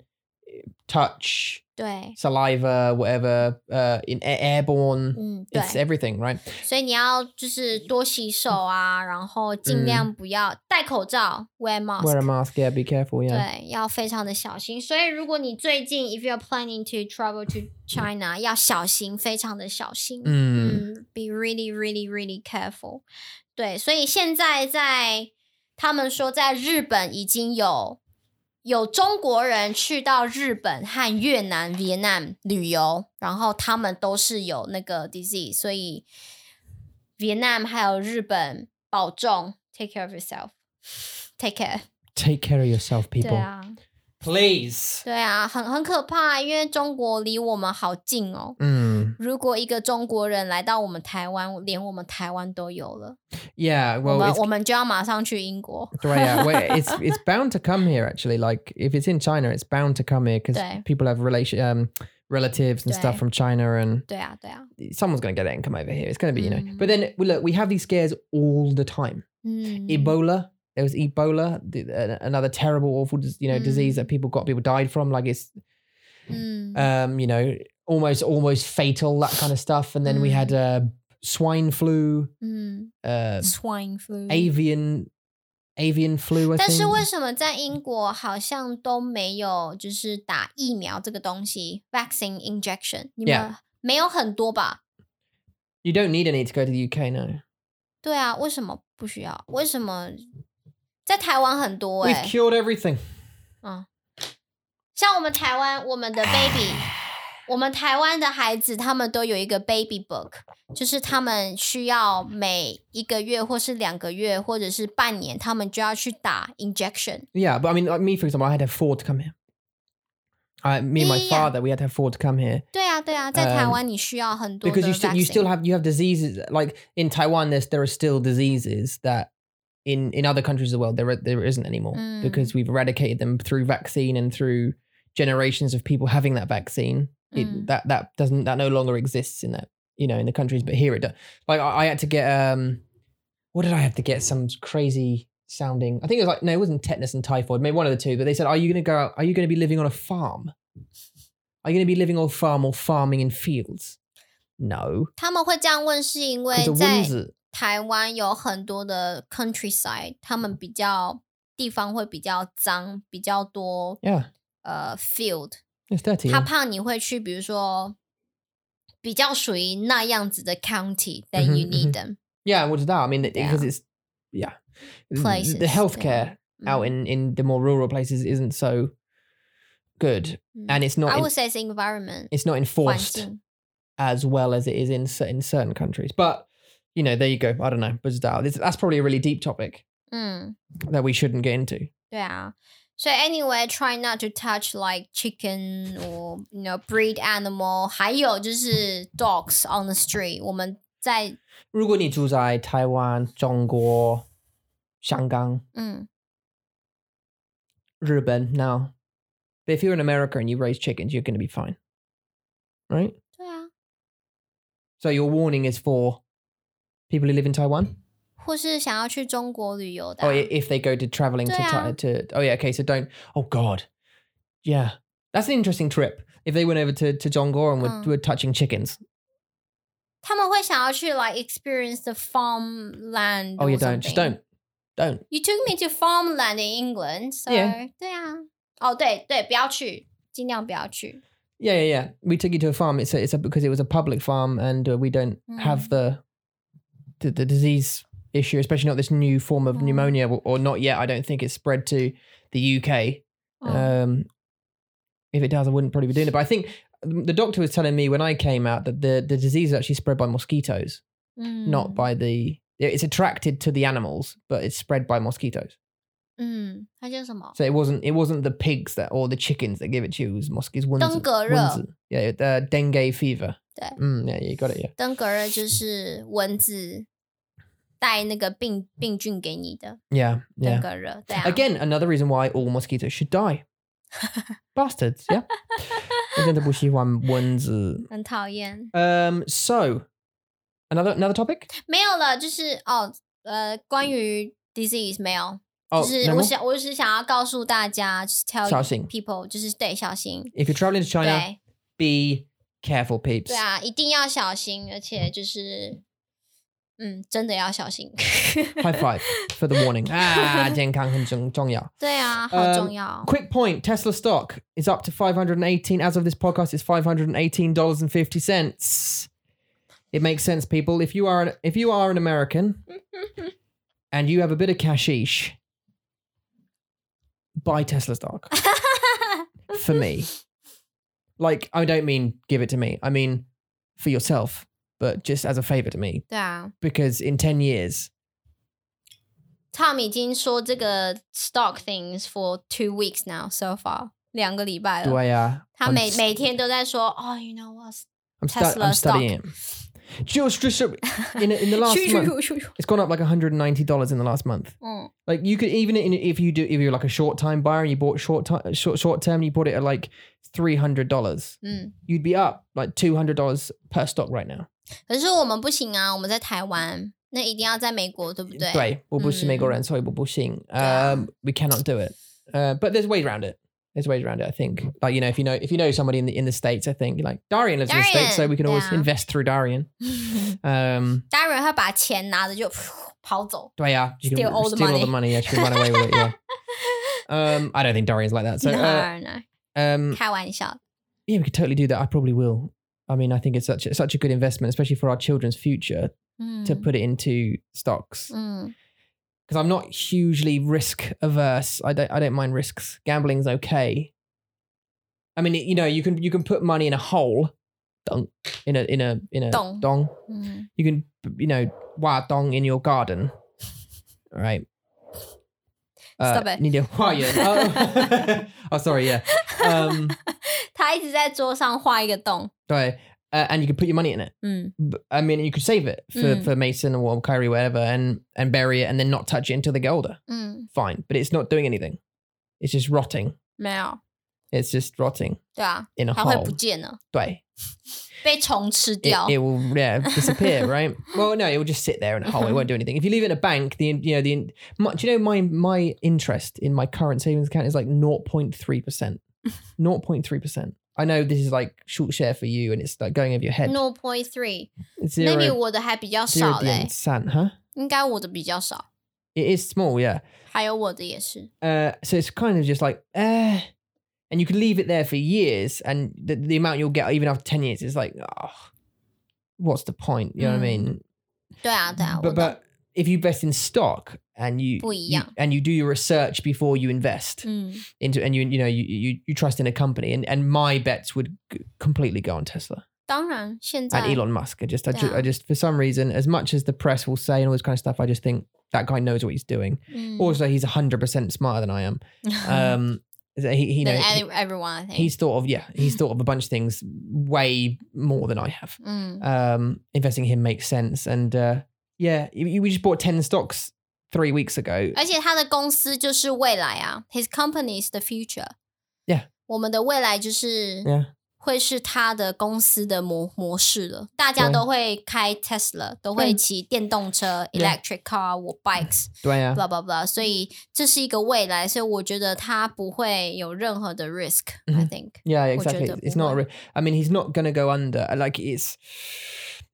eh, touch, 对， saliva, whatever, uh, in air- airborne. 嗯，对。 It's everything, right? 所以你要就是嗯多洗手啊，然后尽量不要、戴口罩，wear mask。 Wear a mask, yeah, be careful, yeah. 对，要非常的小心。所以，如果你最近 if you're planning to travel to China，要小心，非常的小心。 Mm. 嗯，be really really really careful。对，所以现在在他们说，在日本已经有有中国人去到日本和越南、越南旅游，然后他们都是有那个 disease，所以越南还有日本保重，take care of yourself，take care。 Take care of yourself, 对 people. 啊， Please. 对啊，很很可怕，因为中国离我们好近哦。 Mm. 如果一个中国人来到我们台湾，连我们台湾都有了， Yeah, 我 well, 们 it's 我们就要马上去英国。 Right, yeah, well, it's it's bound to come here actually. Like if it's in China, it's bound to come here because Right. people have relation um, relatives and stuff Right. from China, and 对啊，对啊， someone's going to get it and come over here. It's going to be you know. Mm. But then well, look, we have these scares all the time. 嗯，Mm. Ebola. There was Ebola, the, uh, another terrible, awful, dis- you know, disease Mm. that people got, people died from. Like it's, 嗯， um, you know, almost, almost fatal, that kind of stuff. And then we had uh, swine flu, 嗯 uh, ，swine flu。 avian, avian flu. I 但是 think. 为什么在英国好像都没有就是打疫苗这个东西，vaccine injection？你们 Yeah 没有很多吧？ You don't need any to go to the UK, no. 对啊，为什么不需要？为什么在台湾很多、欸？ We've cured everything. 嗯，像我们台湾，我们的 baby，我们台湾的孩子，他们都有一个 baby book，就是他们需要每一个月，或是两个月，或者是半年，他们就要去打 injection。 Yeah, but I mean, like me, for example, I had to have four to come here. I, me and my Yeah, yeah, yeah. father, we had to have four to come here 对啊，对啊，在台嗯湾你需要很多的 because you still you still vaccine have you have diseases like in Taiwan. There's there are still diseases that in in other countries of the world there are- there isn't anymore Mm. because we've eradicated them through vaccine and through generations of people having that vaccine. It- Mm. that that doesn't that no longer exists in that you know in the countries, but here it does. Like I, I had to get um, what did I have to get? Some crazy sounding. I think it was like no, it wasn't tetanus and typhoid, maybe one of the two. But they said, are you going to go out? Are you going to be living on a farm? Are you going to be living on a farm or farming in fields? No, 他们会这样问，是因为 because the 在 winds. are- 台湾有很多的 countryside，他们比较地方会比较脏，比较多 Yeah, 呃 field， it's dirty. 他 yeah. 怕你会去，比如说比较属于那样子的 county that you 嗯哼 need them Yeah, what is that? I mean, because Yeah. it's yeah, places. Mm. The healthcare out in in the more rural places isn't so good, and it's not I in- would say it's environment it's not 环 enforced 境。 as well as it is in cer- in certain countries. But you know, there you go. I don't know. But that's that's probably a really deep topic 嗯， that we shouldn't get into. 对啊。所以 anyway, try not to touch like chicken or you know breed animal，还有就是 dogs on the street。我们在如果你住在台湾、中国、香港、日本，now 嗯 but if you're in America and you raise chickens, you're going to be fine, right? 对啊， So your warning is for people who live in Taiwan. 或是想要去中国旅游的 Oh, 啊、 i- if they go to traveling to, Ti- Yeah. to oh yeah, okay. So don't. Oh God, yeah, that's an interesting trip. If they went over to to Zhongguo and were, Mm. were touching chickens, 他们会想要去 like experience the farmland。 oh you don't, just don't, don't. You took me to farmland in England, so Yeah. 对啊，哦对对，不要去，尽量不要去。 Yeah, yeah, yeah. We took you to a farm. It's a, it's a, because it was a public farm, and uh, we don't have the, the the disease issue, especially not this new form of Mm. pneumonia, or, or not yet. I don't think it's spread to the UK. 嗯 Um, if it does, I wouldn't probably be doing it. But I think the doctor was telling me when I came out that the, the disease is actually spread by mosquitoes, 嗯 Mm. not by the. It's attracted to the animals, but it's spread by mosquitoes. 嗯，它叫什么？ So it wasn't it wasn't the pigs that or the chickens that give it to you. It was mosquitoes. 蚊子登-革热。蚊子. Yeah, the dengue fever. 对。 Mm, yeah, you got it. Yeah. 登革热就是蚊子带那个病病菌给你的 Yeah. 登 Yeah. 革热，对啊。 Again, another reason why all mosquitoes should die. Bastards. Yeah. 我真的不喜欢蚊子。 很讨厌。uh, Um. So, another another topic. 没有了，就是哦，呃，关于 disease 没有， Oh, 就是 no 我 more? 想，我只是想要告诉大家，就是 tell 小心啊 people，就是对小心， if you're traveling to China, 对 be careful, peeps. 对啊，一定要小心，而且就是，嗯，真的要小心。 High five for the warning. Ah, 健康很重重要。 对啊，好呃重要。 Quick point Tesla stock is up to 518. As of this podcast, it's $518.50. It makes sense, people. If you are an, if you are an American and you have a bit of cashish, buy Tesla stock for me. Like, I don't mean give it to me. I mean for yourself, but just as a favor to me. 对啊 Because in 10 years, ，Tom 已经说这个 stock things for two weeks now so far，两个礼拜了。 do I uh, 他 I'm 每每天都在说，哦，you know what， I'm, stu- Tesla I'm stock. studying it. Just, just in, in the last 咻 month, 咻咻咻咻 it's gone up like $190 in the last month. 嗯， Like you could even in, if you do if you're like a short time buyer and you bought short time short short term and you bought it at like three hundred dollars, 嗯， you'd be up like two hundred dollars per stock right now. 可是我们不行啊，我们在台湾，那一定要在美国，对不对？mm. 对，我不是美国人，所以我不信。Um, we cannot do it. Uh, but there's ways around it. There's ways around it. I think like you know if you know if you know somebody in the in the states, I think like Darian lives in the states, so we can always Darian，对啊。 invest through Darian. Um, 当然会把钱拿着就噗跑走。 yeah, you can Steal all the steal money. all the money. Yeah, she can run away with it. Yeah. Um, I don't think Darian's like that. So 当 uh, 然了， um. 开玩笑。 Yeah, we could totally do that. I probably will. I mean, I think it's such a, such a good investment, especially for our children's future, 嗯 to put it into stocks. 嗯， Because I'm not hugely risk averse. I don't I don't mind risks. Gambling's okay. I mean, you know, you can you can put money in a hole, dong, in a in a in a Dong. dong. 嗯 You can you know wa dong in your garden. All right. Uh, Stop it. Need a wire. Oh. oh, sorry. Yeah. 呃 Um. 他一直在桌上画一个洞。 Right. Uh, and you can put your money in it. 嗯， b- I mean, you could save it for, Mm. for Mason or Kyrie, whatever, and and bury it and then not touch it until they get older. 嗯， Fine, but it's not doing anything. It's just rotting. 没有， It's just rotting 对啊， in a 它会 hole. 不见了， Right. 被虫吃 It, 掉。 it will yeah disappear. right. Well, no, it will just sit there in a Uh-huh. hole. It won't do anything. If you leave it in a bank, the in- you know the in- my, do you know my my interest in my current savings account is like 0.3 percent. 0.3 percent. I know this is like short share for you, and it's like going over your head. No point three， It's zero, maybe 我的还比较 zero 少嘞， percent, huh? 应该我的比较少， It is small, yeah. 还有我的也是。 Uh, so it's kind of just like, eh. And you could leave it there for years, and the, the amount you'll get even after 10 years is like, oh, what's the point? You know what I Mm. mean? 对啊，对啊，我 But, 懂。 but if you invest in stock and you, Well, you- yeah. Mm. and you do your research before you invest 嗯， into and you you know you, you, you trust in a company and, and my bets would g- completely go on Tesla 当然，现在 and Elon Musk I just I, ju- Yeah. I just for some reason as much as the press will say and all this kind of stuff I just think that guy knows what he's doing 嗯 also he's 100% smarter than I am 呃 um he, he than knows any- everyone I think. he's thought of yeah he's thought of a bunch of things way more than i have 嗯 um investing in him makes sense and uh yeah you- you- we just bought 10 stocks three weeks ago 而且他的公司就是未来啊，His company is the future。 Yeah. 我们的未来就是 Yeah. 会是他的公司的模模式了，大家对都会开 Tesla，都会骑电动车 Yeah. electric car 我嗯 bikes，blah 对啊 blah blah，所以这是一个未来，所以我觉得他不会有任何的 risk，I 嗯 think。What yeah do you exactly do? it's not Why? re- i mean he's not gonna go under like it's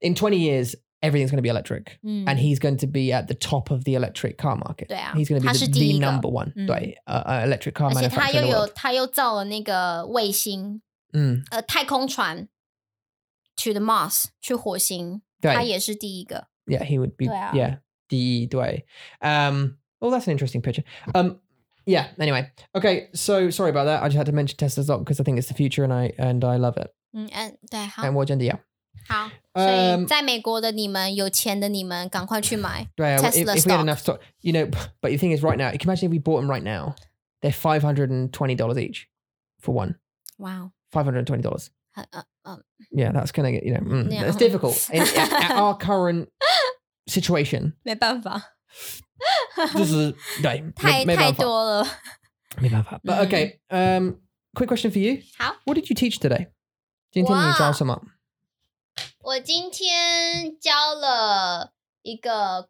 in 20 years everything's gonna be electric 嗯， and he's going to be at the top of the electric car market 对啊 he's going to 他 be 是 the, 第 the 一个 number one 嗯。对, uh, uh, electric car 而且他 manufacturer 又 in the 有 world 他又造了那个卫星，嗯，呃太空船去 the Mars 去火星，对他也是第一个。 Yeah, he would be. 对啊。 Yeah, the way. Um. Well, that's an interesting picture. Um. Yeah. Anyway. Okay. So sorry about that. I just had to mention Tesla stock because I think it's the future, and I and I love it. 嗯，嗯，对，好 And what gender? Yeah. 好，所以 Um, 在美国的你们，有钱的你们，赶快去买。 yeah, if, Tesla if we had stock. enough stock, you know. But the thing is, right now, you can imagine if we bought them right now, they're five hundred and twenty dollars each for one. 哇哦， Five hundred and twenty dollars. 很呃呃， Yeah, that's gonna get you know. Mm, Yeah. It's difficult in, at, at our current situation. 没办法，This is no, may- 太 maybe 太 I'm fine. 多了。 Maybe I'm fine. But okay, um, quick question for you. 好， What did you teach today? Do you think you Wow. draw some up? 我今天教了一个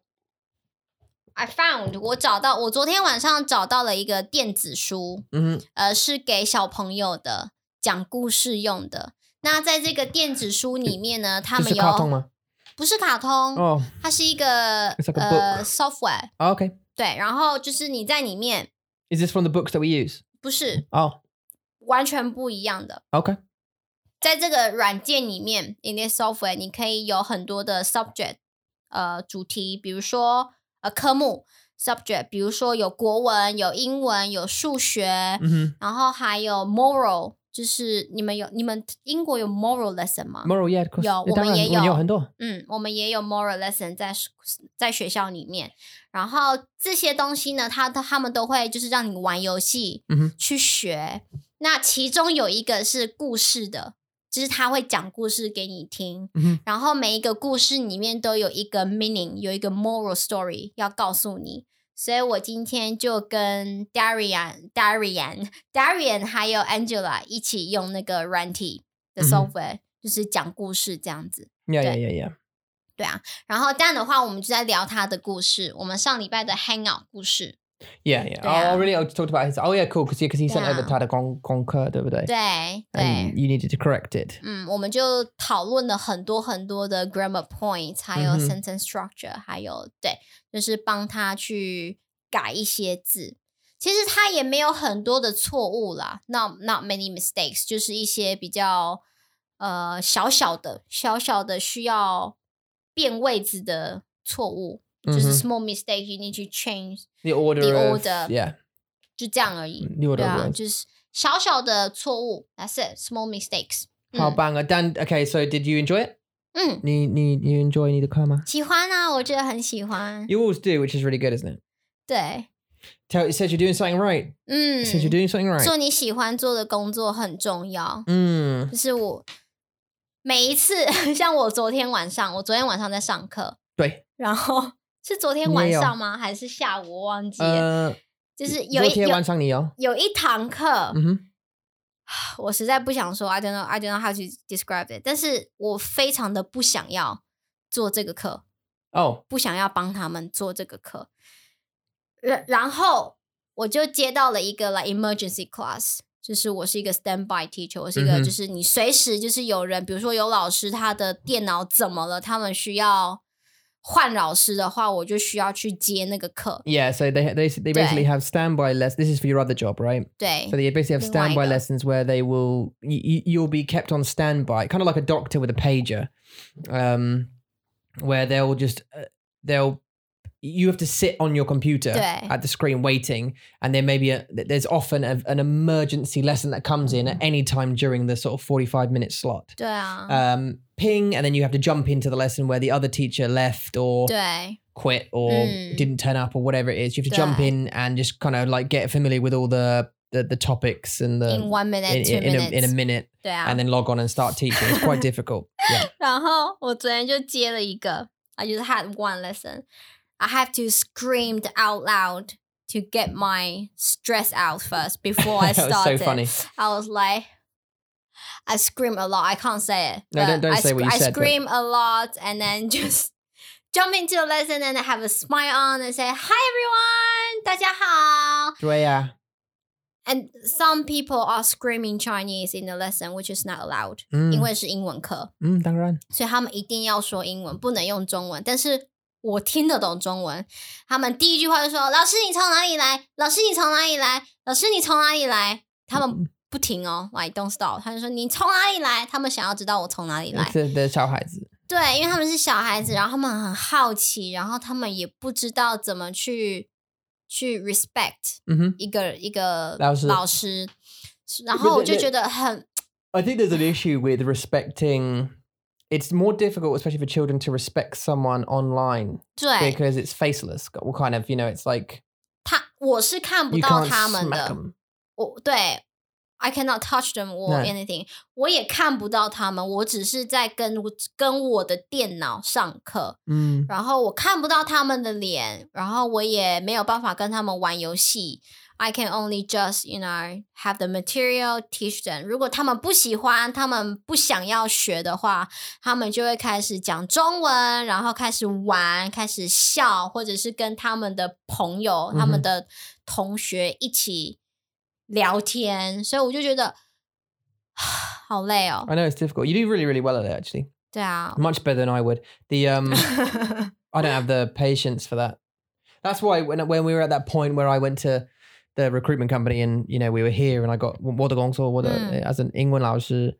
，I found 我找到我昨天晚上找到了一个电子书， Mm-hmm. 呃，是给小朋友的，讲故事用的。那在这个电子书里面呢，他们 Just a 有 cartoon one. 不是卡通， Oh, 它是一个 It's like a 呃 book. software， okay. 对，然后就是你在里面 Is this from the books that we use? 不是 Oh, 完全不一样的， okay. 在这个软件里面，in this software，你可以有很多的 subject，呃，主题，比如说呃科目 subject，比如说有国文、有英文、有数学， Mm-hmm. 然后还有 moral，就是你们有你们英国有 moral lesson 吗？ Moral, yeah, of course. 有， Yeah, 我们当然，也有。我们有很多。嗯，我们也有 moral lesson 在学在学校里面，然后这些东西呢，他他他们都会就是让你玩游戏，嗯哼，去学。那其中有一个是故事的，就是他会讲故事给你听，嗯哼然后每一个故事里面都有一个 meaning，有一个 moral story 要告诉你。所以我今天就跟 Darian、Darian、Darian 还有 Angela 一起用那个软体的嗯哼 software，、就是讲故事这样子。 Yeah, yeah, 对。 yeah, yeah. 对啊，然后这样的话，我们就在聊他的故事，我们上礼拜的 Hangout 故事。 Yeah, yeah. Yeah. Oh, really? I talked about his. Oh, yeah, cool. Because he sent over Yeah. 他的功课，对不对？对对 And，you needed to correct it. 嗯，我们就讨论了很多很多的 grammar points，还有嗯哼 sentence structure，、还有对，就是帮他去改一些字。其实他也没有很多的错误啦，not not many mistakes，就是一些比较呃小小的、小小的需要变位置的错误，就是嗯 small mistake you need to change。 The order The of- order. Yeah. 就这样而已。 The order 对 of 啊， words. 就是小小的错误，That's it, small mistakes。 How 嗯 banger. Dan, okay, so did you enjoy it? 嗯，你-你- you enjoy 你的课吗？喜欢啊，我觉得很喜欢。 You always do, which is really good, isn't it? 对， Tell it says you're doing something right. 嗯 It，says Hmm. you're doing something right. 做你喜欢做的工作很重要。 Mm. 就是我每一次， 像我昨天晚上，我昨天晚上在上课，对。然后是昨天你也晚有上吗？还是下午？我忘记了。呃，就是有一有昨天晚上你有？有一堂课，嗯哼。我实在不想说，I don't know, I don't know how to describe it。但是我非常的不想要做这个课， Oh, 不想要帮他们做这个课。嗯然然后我就接到了一个 like emergency class，就是我是一个 standby teacher，我是一嗯个哼就是你随时就是有人，比如说有老师他的电脑怎么了，他们需要换老师的话，我就需要去接那个课。 yeah. So they they they basically have standby lessons. This is for your other job, right? 对 So they basically have Then why standby go? lessons where they will you, you- you'll be kept on standby, kind of like a doctor with a pager, um, where they'll just uh, they'll you have to sit on your computer Yeah. at the screen waiting, and there may be a there's often a, an emergency lesson that comes in Mm. at any time during the sort of forty five minute slot. 对啊， Um, ping, and then you have to jump into the lesson where the other teacher left or 对 quit or Mm. didn't turn up or whatever it is. You have to jump Yeah. in and just kind of like get familiar with all the the, the topics and the ，in one minute, two in, in, a, in a minutes， minute 对啊 and。then log on and start teaching. It's quite difficult. Yeah. 然后我昨天就接了一个，I just had one lesson. I have to scream out loud to get my stress out first before I that was so started. funny. I was like, I scream a lot. I can't say it. No, don't- but don't I say what sc- you I said, but- scream a lot and then just jump into the lesson and have a smile on and say, "Hi everyone, 大家好." Drea. And some people are screaming Chinese in the lesson, which is not allowed. Mm, 因为是英文课。 mm, dang run. 所以他们一定要说英文，不能用中文。但是我听得懂中文，他们第一句话就说：“老师，你从哪里来？老师，你从哪里来？老师，你从哪里来？”他们嗯不停哦，like don't stop，他就说：“你从哪里来？”他们想要知道我从哪里来 It's。the, the 小孩子.对，因为他们是小孩子，然后他们很好奇，然后他们也不知道怎么去去 respect Mhm. 一个一个老师老师然后我就觉得很 I think there's an issue with respecting it's more difficult, especially for children, to respect someone online 对 because it's faceless. Well, kind of, you know, it's like 他，我是看不 you 到 can't 他们 smack 的。 them. 我对，I cannot touch them or No. anything，、我也看不到他们，我只是在跟我跟我的电脑上课， Mm. 然后我看不到他们的脸，然后我也没有办法跟他们玩游戏。I can only just you know have the material teach them。如果他们不喜欢，他们不想要学的话，他们就会开始讲中文，然后开始玩，开始笑，或者是跟他们的朋友、他嗯们哼的同学一起聊天。所以我就觉得 好累哦。 I know it's difficult. You do really, really well at it, actually. 对啊， Much better than I would. The um, I don't have the patience for that. That's why when when we were at that point where I went to the recruitment company and you know we were here and I got 我的工作 Mm. 我的 as an 英文老师,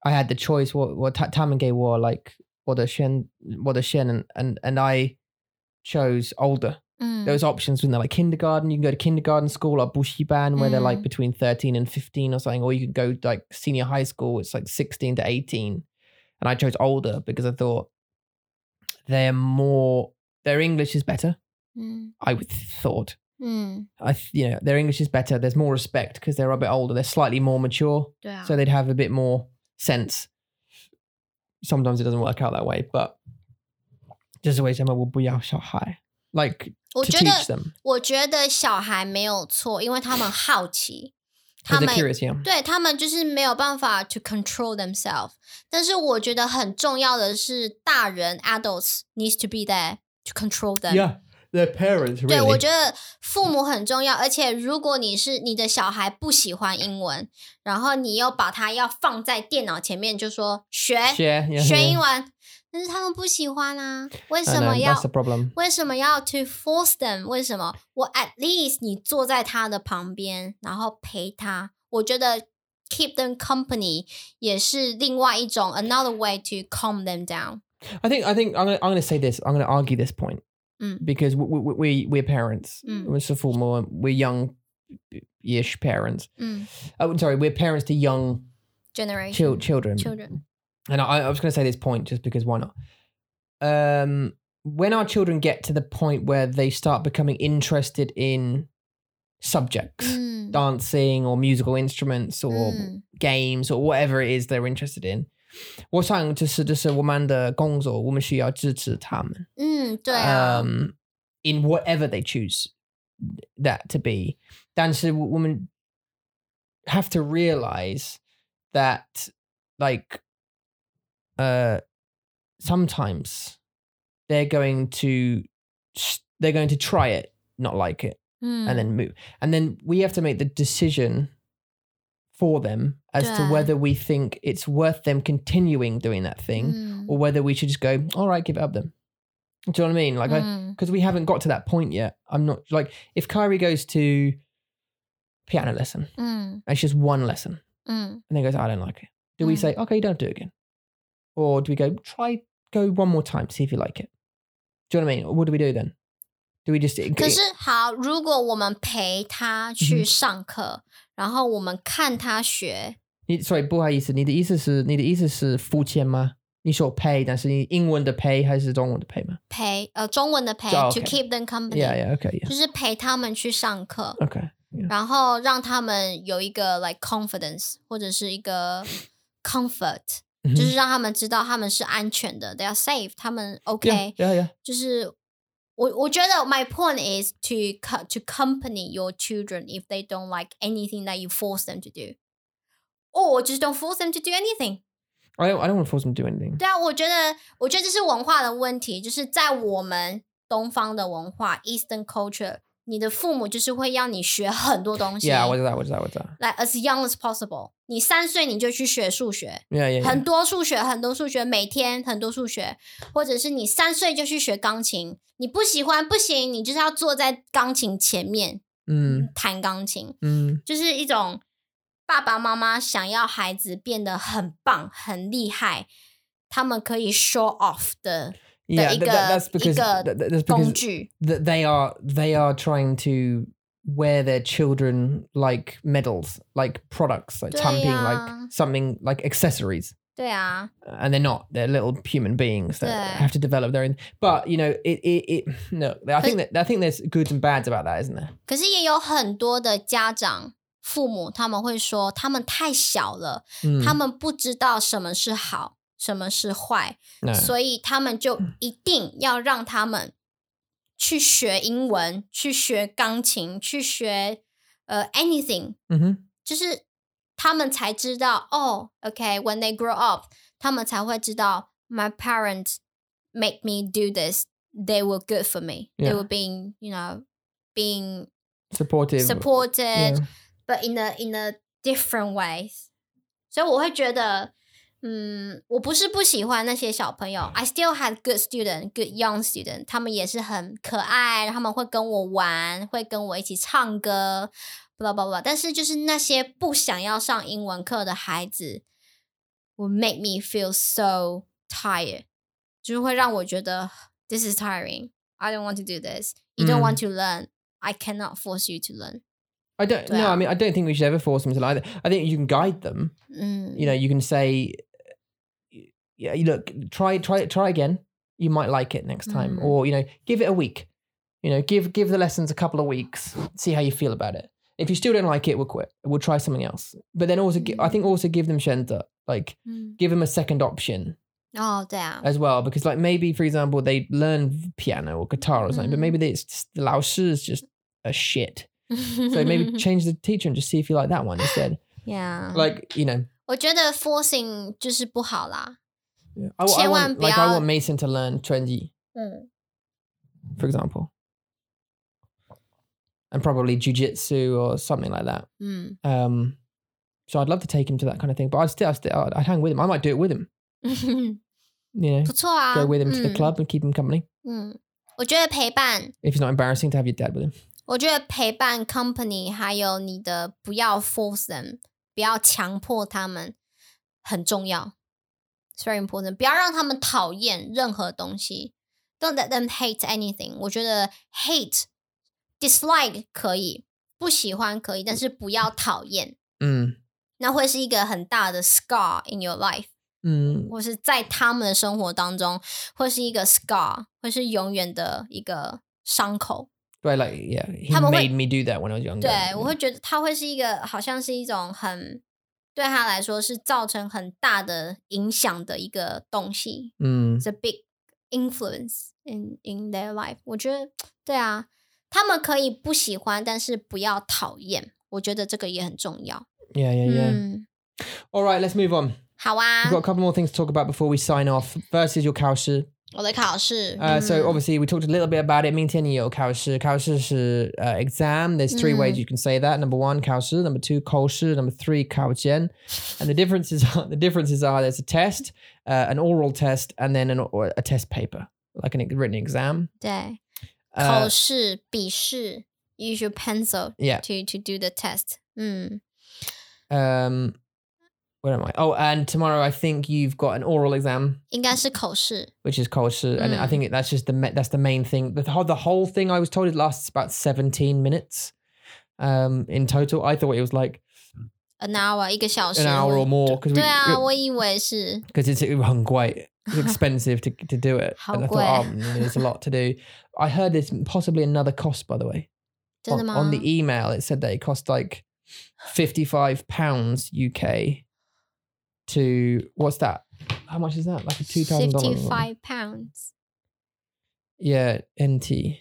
I had the choice what what 他们给我 like 我的选我的选 and and and I chose older. 嗯 There was options when they're like kindergarten. You can go to kindergarten school or bushiban where they're like Mm. between thirteen and fifteen or something, or you could go like senior high school. It's like sixteen to eighteen, and I chose older because I thought they're more their English is better. 嗯 I would thought 嗯， I th- you know their English is better. There's more respect because they're a bit older. They're slightly more mature, 对啊 so，they'd have a bit more sense. Sometimes it doesn't work out that way, but just always Emma will be high. Like 我 to 觉得 teach them. 我觉得小孩没有错，因为他们好奇，他 Because 们 they're curious, yeah. 对他们就是没有办法 to control themselves。但是我觉得很重要的是，大人 adults needs to be there to control them。 Yeah, their parents 对，我 really. 觉得父母很重要，而且如果你是你的小孩不喜欢英文，然后你又把他要放在电脑前面，就说学 Share, yeah, 学 yeah. 英文，但是他们不喜欢啊，为 I 什 know, 么要 that's the problem. 为什么要 to force them？为什么？我 at least 你坐在他的旁边，然后陪他，我觉得 keep them company 也是另外一种 another way to calm them down。 I think I think I'm gonna I'm gonna say this. I'm gonna argue this point Mm. because we, we, we we're parents. Mm. We're so formal. We're young, ish parents. 嗯 Oh, sorry, we're parents to young chil- ，generation children. children， And I, I was gonna say this point just because why not? Um, when our children get to the point where they start becoming interested in subjects, 嗯 dancing or musical instruments or 嗯 games or whatever it is they're interested in. 我想这是这是我们的工作，我们需要支持他们。嗯，对啊， um, in whatever they choose that to be. 但是我们 have to realize that like uh sometimes they're going to they're going to try it, not like it. 嗯 and then move. And then we have to make the decision for them as to Yeah. whether we think it's worth them continuing doing that thing 嗯 or whether we should just go, all right, give it up then. Do you know what I mean? Like, I Mm. because we haven't got to that point yet. I'm not like, if Kyrie goes to piano lesson, 嗯 and it's just one lesson, 嗯 and then goes, I don't like it. Do we Mm. say, okay, don't do it again? Or do we go, try, go one more time, see if you like it? Do you know what I mean? Or what do we do then? Do we just, 可是好，如果我们陪他去嗯上课，然后我们看他学，你 sorry 不好意思，你的意思是你的意思是付钱吗？你说 pay，但是你英文的 pay 还是中文的 pay 吗陪呃中文的陪哦，to ，OK keep them company， ？Yeah, yeah, okay, yeah, 就是陪他们去上课， okay. 然后让他们有一个 like confidence 或者是一个 comfort，、嗯哼就是让他们知道他们是安全的，they are safe，他们 OK，、 Yeah, yeah, yeah. 就是我我觉得 my point is to co- to accompany your children if they don't like anything that you force them to do。or Oh， just don't force them to do anything。 I don't, I don't want to force them to do anything. 对啊，我觉得，我觉得这是文化的问题，就是在我们东方的文化 （Eastern culture），你的父母就是会要你学很多东西 Yeah，我知道，我知道，我知道。 like as young as possible。你三岁你就去学数学， Yeah, yeah, yeah. 很多数学，很多数学，每天很多数学，或者是你三岁就去学钢琴，你不喜欢不行，你就是要坐在钢琴前面嗯弹钢琴，嗯就是一种爸爸妈妈想要孩子变得很棒、很厉害，他们可以 show off 的 Yeah, 一 that, 个 that, that's 一 because 个 that, that- that's 工 because 具。 that they are they are trying to wear their children like medals, like products, like 对 tamping, 呀 like something like accessories. 对啊， and they're not. They're little human beings that Yeah. have to develop their own. But you know, it it, it no. I think that I think there's goods and bads about that, isn't there? 可是也有很多的家长、父母他们会说，他们太小了， Mm, 他们不知道什么是好，什么是坏， no. 所以他们就嗯一定要让他们去学英文，去学钢琴，去学呃 anything， hmm 就是他们才知道哦，OK，when、they grow up，他们才会知道 my parents make me do this。They were good for me. They Yeah. were being, you know, being Supportive. supported, Yeah. but in a in a different ways. 所以我会觉得，嗯，我不是不喜欢那些小朋友，I still had good student, good young student，他们也是很可爱，他们会跟我玩，会跟我一起唱歌，不啦不啦。但是就是那些不想要上英文课的孩子，will make me feel so tired，就是会让我觉得 this is tiring. I don't want to do this. You don't 嗯 want to learn. I cannot force you to learn. I don't. No, I mean, I don't think we should ever force them to like that. I think you can guide them. 嗯， you know you can say yeah you look try try try again you might like it next time Mhm. or you know give it a week you know give give the lessons a couple of weeks see how you feel about it if you still don't like it we'll quit we'll try something else but then also gi- i Mm. think also give them shenta like 嗯， give them a second option 哦，对啊， as well because like maybe for example they learn piano or guitar or something but Mhm. maybe they- it's just, the lao Shi is just a shit Mm-hmm, so maybe change the teacher and just see if you like that one instead yeah， like you know 我觉得 forcing 就是不好啦。 Yeah. I, w- I want, like I want Mason to learn Chinese, 嗯 for example, and probably jujitsu or something like that. 嗯 Um, so I'd love to take him to that kind of thing, but I'd still, I'd, still, I'd, I'd hang with him. I might do it with him. You know, 不错啊。 go with him to the 嗯 club and keep him company 嗯，我觉得陪伴， if it's not embarrassing to have your dad with him. 我觉得陪伴 company 还有你的不要 force them，不要强迫他们，很重要。It's very important，不要让他们讨厌任何东西。Don't let them hate anything。我觉得 hate、dislike 可以，不喜欢可以，但是不要讨厌。 Mm. 那会是一个很大的 scar in your life， Mm. 或是在他们的生活当中，会是一个 scar，会是永远的一个伤口。 But like, yeah, he 他们会- made me do that when I was younger. 对我会觉得它会是一个，好像是一种很对他来说是造成很大的影响的一个东西 Mm. ，the big influence in in their life。我觉得对啊，他们可以不喜欢，但是不要讨厌。我觉得这个也很重要。 Yeah, yeah, yeah. 嗯， All right, let's move on. 好啊 We've got a，couple more things to talk about before we sign off. First is your Kaoshi. 我的考试。 Uh, 嗯 so obviously we talked a little bit about it. 明天你有考试，考试是 uh, exam. There's three ways you can say that. Number one, 考试. Number two, 口试. Number three, 考卷. And the differences are the differences are there's a test, uh, an oral test, and then an, or a test paper, like an written exam. 对， Uh, 口试、笔试，use your pencil yeah. to to do the test。嗯， Um, where am I? Oh, and tomorrow I think you've got an oral exam. 应该是口试。 Which is 口试, and I Mm. think that's just the ma- that's the main thing. The whole, the whole thing I was told it lasts about seventeen minutes, um, in total. I thought it was like An hour，一个小时。 an hour or more because 对啊，我以为是 because it's it hung quite it's expensive to to do it. How And I quite. thought, oh, mm, there's a lot to do. I heard there's possibly another cost, by the way. 真的 On, 吗？ on the email, it said that it cost like fifty five pounds UK to what's that? How much is that? Like a two thousand dollars. five pounds。 Yeah, NT.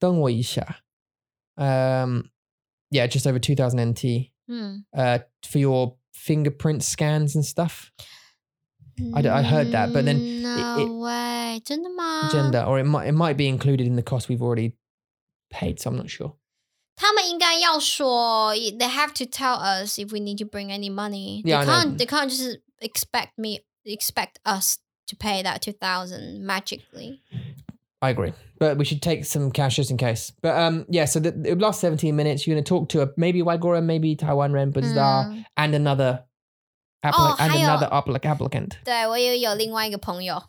等我一下. Um, yeah, just over 2000 NT 嗯 uh, for your fingerprint scans and stuff. I d- I heard that, but then Mm, it- no way，真的吗？ Agenda, or it might it might be included in the cost we've already paid, so I'm not sure. 他们应该要说，they have to tell us if we need to bring any money. They Yeah, I know. can't, they can't just expect me, expect us to pay that two thousand magically. I agree, but we should take some cash just in case. But um, yeah, so the, it lasts 17 minutes. You're going to talk to a maybe Waigora, maybe Taiwan Ren Bazaar, 嗯 and another Mm. Oh, applicant, and hi-yo. another applic- applicant. 对我也有另外一个朋友，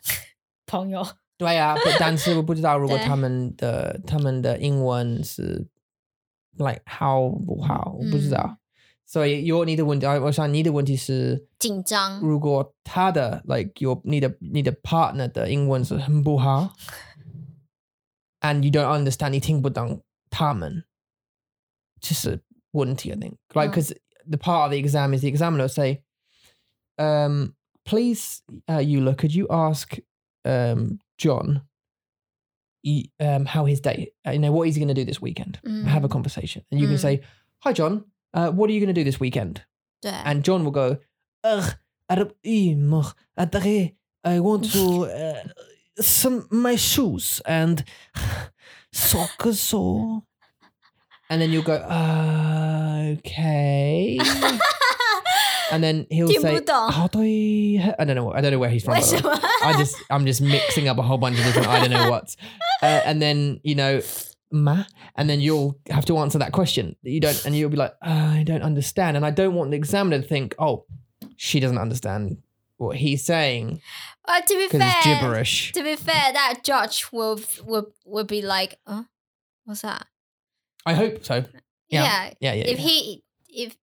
朋友，对啊，不但是我不知道如果对他们的他们的英文是 like 好不好，我不知道。所以有你的问题，啊我想你的问题是，紧张，如果他的 like your 你的你的 partner 的英文是很不好，and you don't understand，你听不懂他们，这是问题。I think like 嗯 because the part of the exam is the examiner will say, um, please, uh, Eula, could you ask um John, he, um, how his day, you know, what is he going to do this weekend? Have a Mm. conversation, and you can Mm. say, hi John, uh, what are you going to do this weekend? 对， and John will go, Ugh, Arab Imach, Atare, I want to uh, some my shoes and soccer so. And then you'll go, "Uh, okay. and then he'll 听 say, 不懂。 "How do you-" I don't know. I don't know where he's from. 为 by the way. 什么？ I just I'm just mixing up a whole bunch of different I don't know what, uh, and then you know, ma, and then you'll have to answer that question. You don't, and you'll be like, I don't understand, and I don't want the examiner to think, oh, she doesn't understand what he's saying Uh, to be because it's fair, gibberish. to be fair, that judge will will will be like, huh? what's that? I hope so. Yeah. yeah. Yeah, yeah. If yeah. he if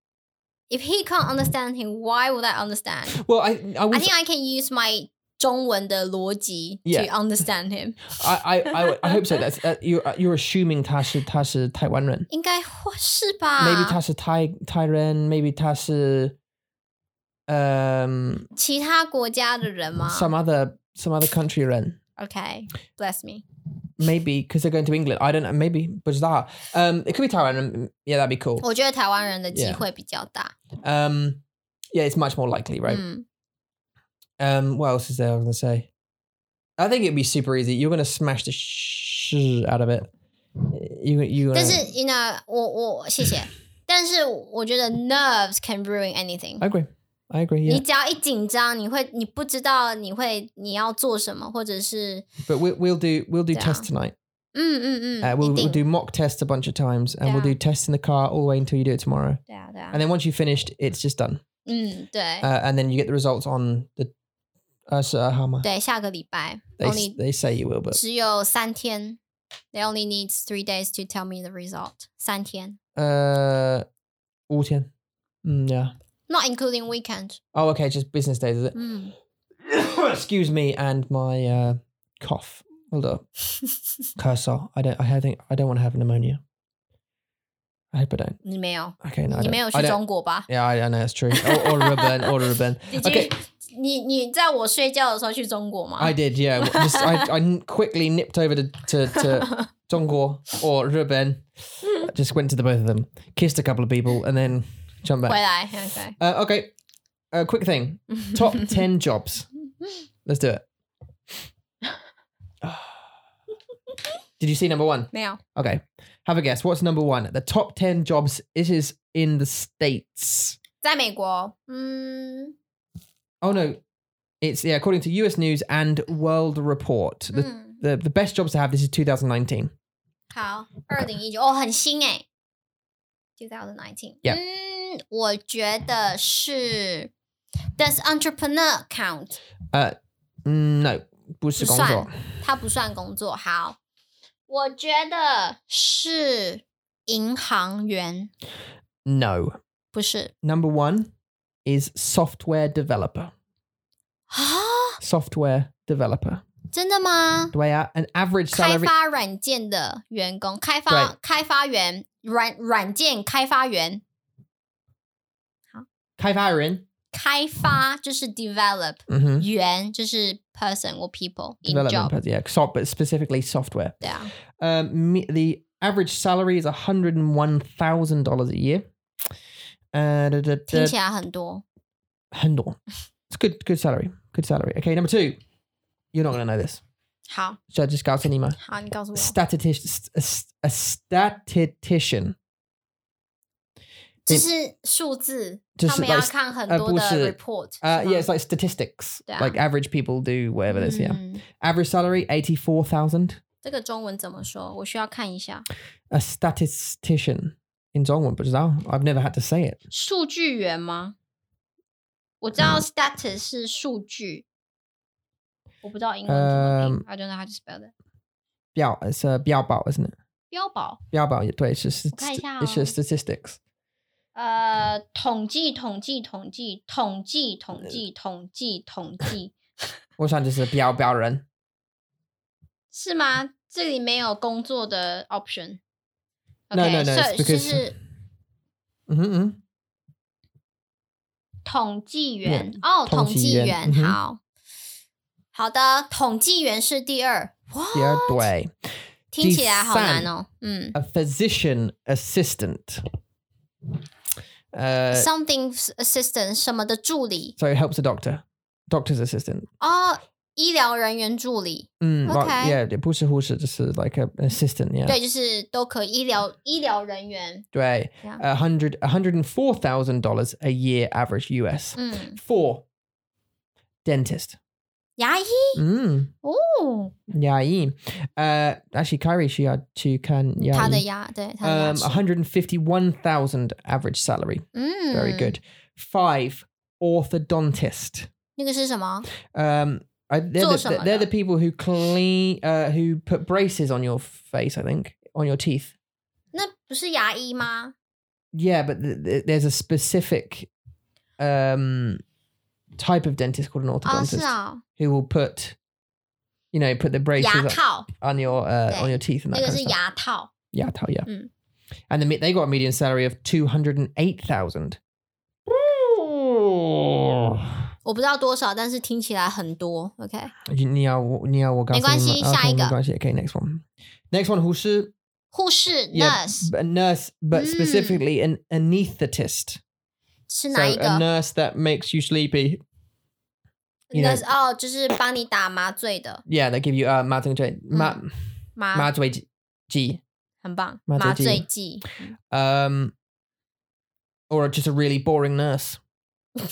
if he can't understand him, why would I understand? well, I I, I would, think I can use my 中文的逻辑 to Yeah. understand him. I, I, I, I hope so. That's uh, you. Uh, you're assuming Tasha Tasha Taiwan Ren. 应该会是吧？ Maybe Tasha Tai Tai Ren. Maybe Tasha. Um, 其他国家的人吗 some other some other country Ren. Okay, bless me. Maybe because they're going to England. I don't know. Maybe but that. Um, it could be Taiwan. um, Yeah, that'd be cool. 我觉得台湾人的机会比较大。 Um, yeah, it's much more likely, right? 嗯 Mm. Um, what else is there? I was gonna say. I think it'd be super easy. You're gonna smash the sh out of it. You you. Gonna, 但是 you know 我我谢 谢，但是我觉得 nerves can ruin anything。 I agree. I agree. 你 Yeah, 只要一紧张，你会你不知道你会你要做什么，或者是 but we, we'll do we'll do Yeah. tests tonight. 嗯嗯嗯， Uh, we'll, 一 we'll 定 do mock tests a bunch of times, and we'll Yeah. do tests in the car all the way until you do it tomorrow. 对啊对啊 And，then once you have finished, it's just done. 嗯对 Uh, and then you get the results on the. Uh, so, uh, Hama. 对，下个礼拜 They, s- only they say you will, but 只有三天，they only need three days to tell me the result，三天 Uh, 五天. Mm, yeah. ，not including weekend， Oh, okay. Just business days, is it? 嗯， Excuse me, and my uh, cough. Hold up, cursor. I don't. I think I don't want to have pneumonia. I hope I don't. 你没有， Okay, no. I 你 don't. 没有 I 去 don't- 中国吧？ Yeah, I, I know it's true. Or, or Ruben, or Ruben. 你去 Okay, 你你在我睡觉的时候去中国吗 I did. Yeah, just I, I n- quickly nipped over to to, to Dongguo or Ruben. I just went to the both of them, kissed a couple of people, and then jumped 回 back. 来，OK， Uh, okay, uh, quick thing. Top 10 jobs. Let's do it. Did you see number one? 没有 Okay. Have a guess. What's number one? The top 10 jobs. It is in the States. 在美国，嗯 Oh, no. It's, yeah, according to US News and World Report. The, 嗯， the, the best jobs to have, this is 2019. 好，二零一九哦，很新哎，two thousand nineteen， Yeah 嗯，我觉得是，does entrepreneur count？ Mm, No. 不是工作。它不算工作，好，我觉得是银行员， No. 不是 Number one is software developer. 啊？ Software developer. 真的吗？对啊, An average 开 salary. 发软件的员工，开发开发员软软件开发员，开发人。开发就是 develop， Mm-hmm. 员就是 person or people in development, job， but yeah, so, but specifically software. 对啊， Um, me- the average salary is one hundred and one thousand dollars a year. Uh, da, da, 听 da, 起来很多。 handle. It's good, good salary, good salary. Okay, number two, you're not gonna know this. 好 So I just got an email. 好，你告诉我 Statistician, st- a, st- a statistician. 这是数字，就是他们要 like- 看很呃多不的是 report 是 Uh, 吗。 yeah, it's like statistics. Yeah. Mm. Like average people do whatever this. Yeah, 嗯 average salary eighty four thousand. 这个中文怎么说？我需要看一下。 A statistician in Zongwen, but I've never had to say it. 数据员吗？我知嗯道 status 是数据，我不知道英文怎么拼。I 嗯 don't know how to spell that。 Yeah, it's a uh, 表宝, isn't it? 标榜标榜也对，是是我看一下哦 it's just statistics. 呃，统计统计统计统呃计统计统计统计我想就是标标人，是吗？这里没有工作的 option。 No, no, OK， no, it's 所以就 because- 是嗯哼嗯，统计员 Yeah，哦，统统计计员员嗯哼好好的，统计员是第二，哇，第二对听起来好第难三哦。嗯，a physician assistant，呃、 ，something assistant 什么的助理 so it helps a doctor, doctor's assistant，哦，医疗人员助理，嗯 Okay. like, yeah，不是护士，就是 like a an assistant，yeah，对，就是都可以医疗医疗人员，对 Yeah. a hundred a hundred and four thousand dollars a year average US 嗯， for dentist，牙医嗯。哦，牙医. Uh, actually, Kyrie, she had to can 他的牙医.牙对，他的牙 Um, 齿151,000 average salary. 嗯 Very good. Five, orthodontist. 那个是什么？ Um, I, they're, the, 做什么的？ they're the people who clean, uh, who put braces on your face, I think, on your teeth. 那不是牙医吗？ Yeah, but th- th- there's a specific um, type of dentist called an 啊，是 orthodontist 啊， who will put, you know, put the 牙 braces on, 套， on your uh, 对。 on your teeth and 那 that 个 kind of 是 stuff. 牙套， Yeah, tell yeah. Mm. And the, me- they got a median salary of 208,000. 我不知道多少，但是听起来很多。OK，没关系，下一个。你要我你要我告诉你吗？Okay, okay, next one. Next one, 护士护士 Yeah, nurse a nurse, but Mm. specifically an anesthetist. 是 So 呃哪一 a 个 nurse that makes you sleepy. you know- nurse 哦，就是帮你打麻醉的 Yeah, they give you uh, Mm. 麻醉剂- ma- 麻，麻醉剂，很棒，麻醉麻剂醉 剂。嗯 um, or just a really boring nurse. 呃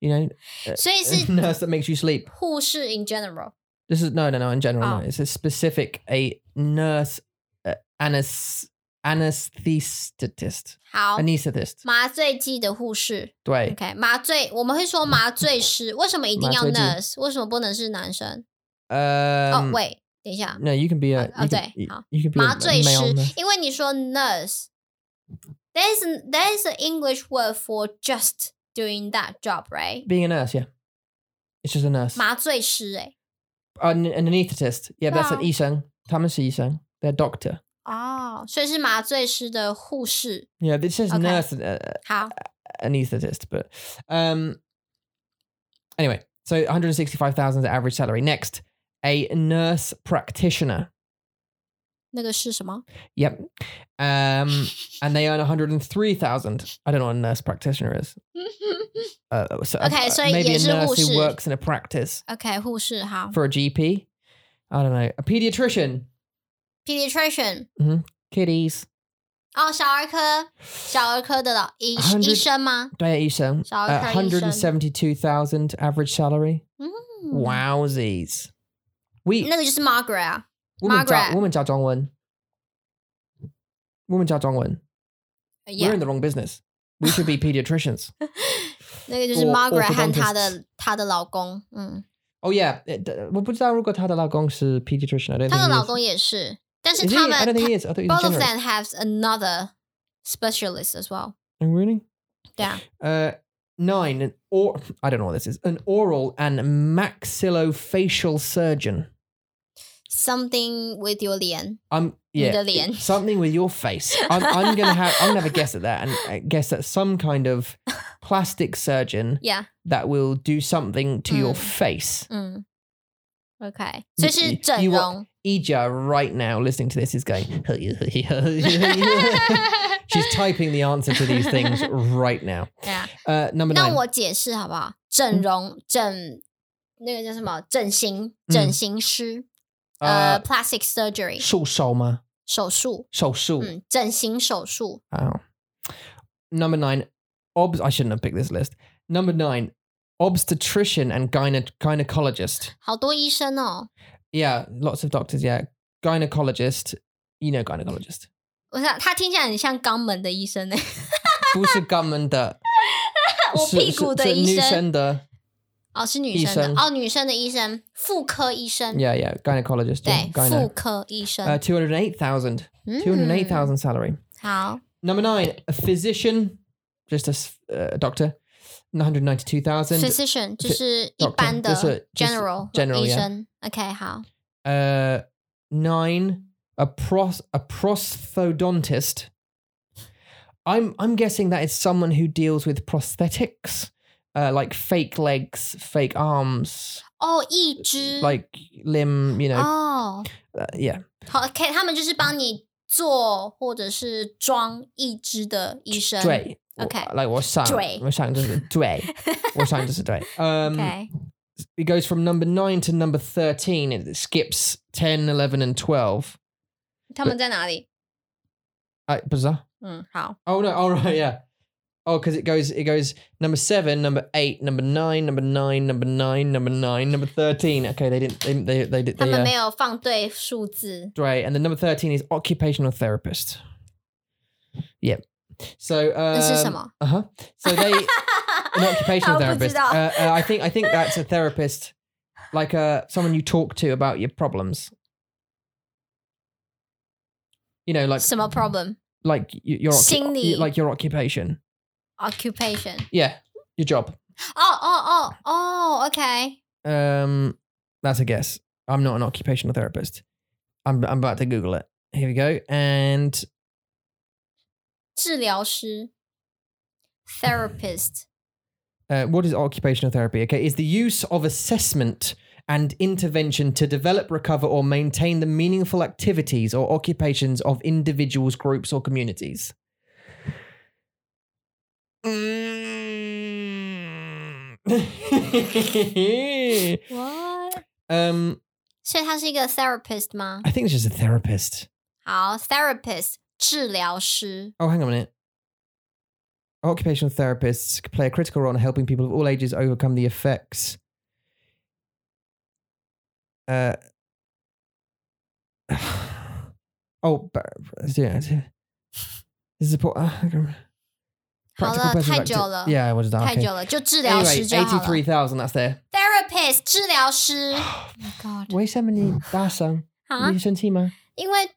you know, 所以 a 是 nurse that makes you sleep. 护士 in general This is no, no, no. In general, Oh. no. It's a specific a nurse, uh, anes, anesthetist, 好 anesthetist. 麻醉剂的护士。啊对 OK，麻醉我们会说麻醉师，为什么一定要麻醉剂 nurse？为什么不能是男生？哦 Um, Oh, ，wait，等一下， no, you can be a. Oh, okay, you can, you, oh. you can be 麻 a 醉 male 师 nurse.，因为你说 nurse。There is an- there is an English word for just doing that job, right? Being a nurse, yeah. It's just a nurse. Oh, 麻醉师、欸， An, an anesthetist. Yeah, but that's an Yeah. 医生. Thomas 医生. They're doctor. 哦，所以是麻醉师的护士。 Yeah, it's just Okay. nurse uh, 好， anesthetist. But um, anyway, so 165,000 is the average salary. Next, a nurse practitioner. 那个是什么？ Yep. Um, and they earn 103,000. I don't know what a nurse practitioner is. Uh, so uh, Okay, uh, so maybe a 也是 nurse 护士。 who works in a practice OK，护士好。 for a GP. I don't know. A pediatrician. Pediatrician， Kiddies. 哦，小儿科，小儿科的老医100医生吗？ Diaesan. Child Uh, care 172,000 average salary. 嗯， Wowsies. We 那个就是 Margaret 啊。 woman Margaret. woman Jong Woman Jong We're in Yeah， the wrong business. We should be pediatricians. 那个就是 or- Margaret 和 orthodontist 她的她的老公，嗯， Oh yeah, it- uh, 我不知道如果她的老公是 pediatrician. I don't 她 think 的 he 老 is. 公也是，但是 Is he? 他 I 们 don't think he 他 is. I thought he was both a of generalist. them have another specialist as well。 Oh, really? 对啊， Uh, nine. An or I don't know what this is. An oral and maxillofacial surgeon. something with your 脸， I'm yeah. Mongolian. it- Something with your face. I'm, I'm gonna have. I'm gonna have a guess at that, and I guess that's some kind of plastic surgeon Yeah， that will do something to your Mm. face. 嗯，OK，所以 You- 是 you- 整 you are- 容。Ija, right now, listening to this, is going. She's typing the answer to these things right now. 对啊， Uh, number 那 nine. 我解释好不好？嗯整容、整那个叫什么？整形、整形师，呃嗯呃，plastic surgery 术手吗？手术。手术，嗯，整形手术 Wow. um, Number nine, obs. I shouldn't have picked this list. Number nine, obstetrician and gyne- gynecologist. 好多医生哦。 Yeah, lots of doctors. Yeah, gynecologist. You know, gynecologist. 我想他听起来很像肛门的医生呢，欸不是肛门的， 我是-屁是-股的是医生女生的。哦，是女生医生的哦，女生的医生，妇科医生， Yeah, yeah, gynecologist. 对 Yeah,，妇 gyne. 科医生嗯 Hmm. Uh, 208,000. 208,000 salary. 嗯好， Number nine, a physician, just a s- uh, doctor, 992,000. physician 就这是一 doctor，般的就是就是 general general，医 yeah 生。OK，好， Uh, nine, a pros a prosthodontist. I'm I'm guessing that is someone who deals with prosthetics, uh, like fake legs, fake arms, 哦，义肢， like limb. You know, 哦， uh, yeah. 好，OK，他们就是帮你做或者是装义肢的医生。 对 Okay. Like what's sound? 对。 What's sound? Does it? What's sound? Does it? Um. OK， it goes from number 9 to number 13 and it skips 10 11 and 12他们在哪里？ uh, bizarre 嗯，好， oh no all right yeah oh because it goes it goes number 7 number 8 number 9 number 9 number 9 number 9 number 13 okay they didn't they they, they did 他 they, 们 uh, 没有放对数字。 right and then number 13 is occupational therapist yep so 那是什 um, 么？ uh-huh so they an 我 occupational 不 therapist 知道 uh, uh, i think i think that's a therapist like uh someone you talk to about your problems you know like 什么 problem like y- your occu- Singly. like your occupation occupation？ yeah your job 哦哦哦哦，OK， um that's a guess i'm not an occupational therapist i'm, I'm about to google it here we go and 治疗 师，therapist。 Uh, what is occupational therapy? Okay, is the use of assessment and intervention to develop, recover, or maintain the meaningful activities or occupations of individuals, groups, or communities. Mm. What？ um, 所以他是一个 therapist 吗？ I think it's just a therapist. 好，therapist 治疗师。 Oh, hang on a minute. Occupational therapists c- play a critical role in helping people of all ages overcome the effects. Uh, oh, but, yeah. it's- This is a po- uh, I can't remember. Practical 好了， personal 太久 acti- 了， Yeah, I was 太 that. 久了，就治疗 Anyway, 师就好了。 83,000, that's there. therapist 治疗 师。oh my God！ Wait, how many? That's um, 啊，因为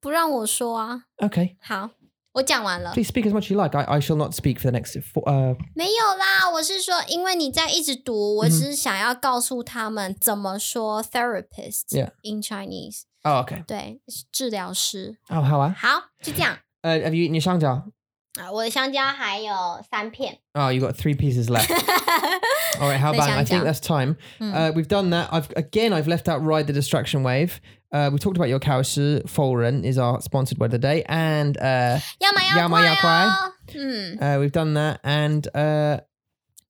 不让我说啊。 Okay. 好，我讲完了。 Please speak as much as you like. I, I shall not speak for the next four, uh, 没有啦，我是说，因为你在一直读，嗯我只是想要告诉他们怎么说 therapist Yeah. in Chinese。 Oh, okay. 对，治疗师。 Oh, how are? 好，就这样。 Uh, have you eaten your 香蕉?啊，我的香蕉还有三 片。 Oh, you got three pieces left. All right, how They about sound I think dumb. that's time. Hmm. Uh, we've done that. I've again I've left out ride the distraction wave. Uh, we talked about your Kaoshi Foren is our sponsored word of the day, and uh, 要买要买要快快哦。嗯， uh, we've done that, and uh,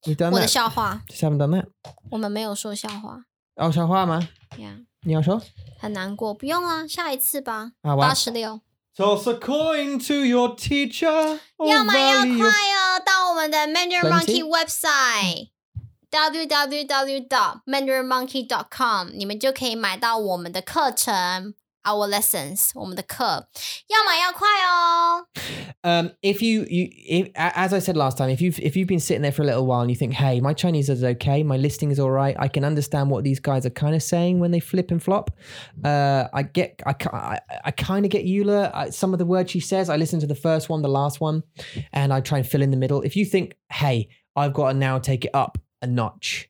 we've done 我的 that. 笑话， Just haven't done that. 我们没有说笑话 Oh, 小花吗？呀你要说？很难过。不用啊，下一次吧。好吧八十六。 Toss a coin to your teacher. or 要么要 value- 快哦，到我们的 Mandarin Monkey Plenty website www dot mandarinmonkey dot com，你们就可以买到我们的课程 Our Lessons，我们的课。要买要快哦， Um, if you you if, a- as I said last time, if you've if you've been sitting there for a little while and you think, hey, my Chinese is okay, my listing is all right, I can understand what these guys are kind of saying when they flip and flop. Uh, I get I ki- I, I kind of get Eula. I, some of the words she says, I listen to the first one, the last one, and I try and fill in the middle. If you think, hey, I've got to now take it up a notch,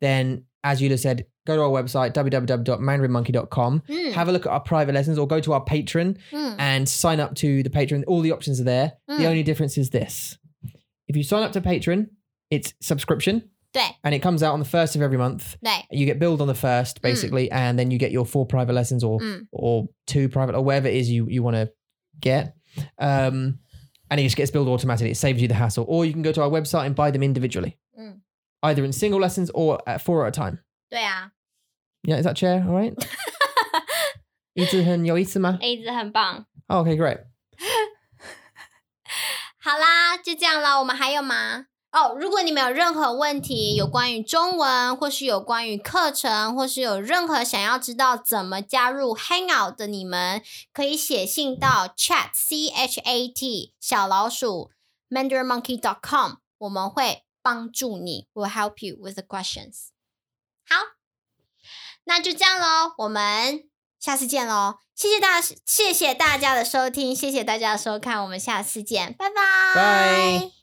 then as Eula said, go to our website www.mandarinmonkey.com. 嗯 Have a look at our private lessons or go to our patron 嗯 and sign up to the Patreon. All the options are there. Mm. The only difference is this. If you sign up to Patreon, it's subscription 对 and it comes out on the first of every month. 对， You get billed on the first, basically, and then you get your four private lessons or Mm. or two private or whatever it is you, you want to get. Um, and it just gets billed automatically. It saves you the hassle. Or you can go to our website and buy them individually, 嗯， either in single lessons or at four at a time. 对啊 Yeah, is that chair all right? 一直很有意思吗？ ，A 字很棒。 Oh, okay, great. 好啦，就这样啦，我们还有吗？哦，如果你们有任何问题，有关于中文，或是有关于课程，或是有任何想要知道怎么加入 Hangout 的你们，可以写信到 chat c h a t 小老鼠 mandarinmonkey.com，我们会帮助你，will help you with the questions。好，那就这样喽，我们下次见喽！谢谢大谢谢大家的收听，谢谢大家的收看，我们下次见，拜拜。拜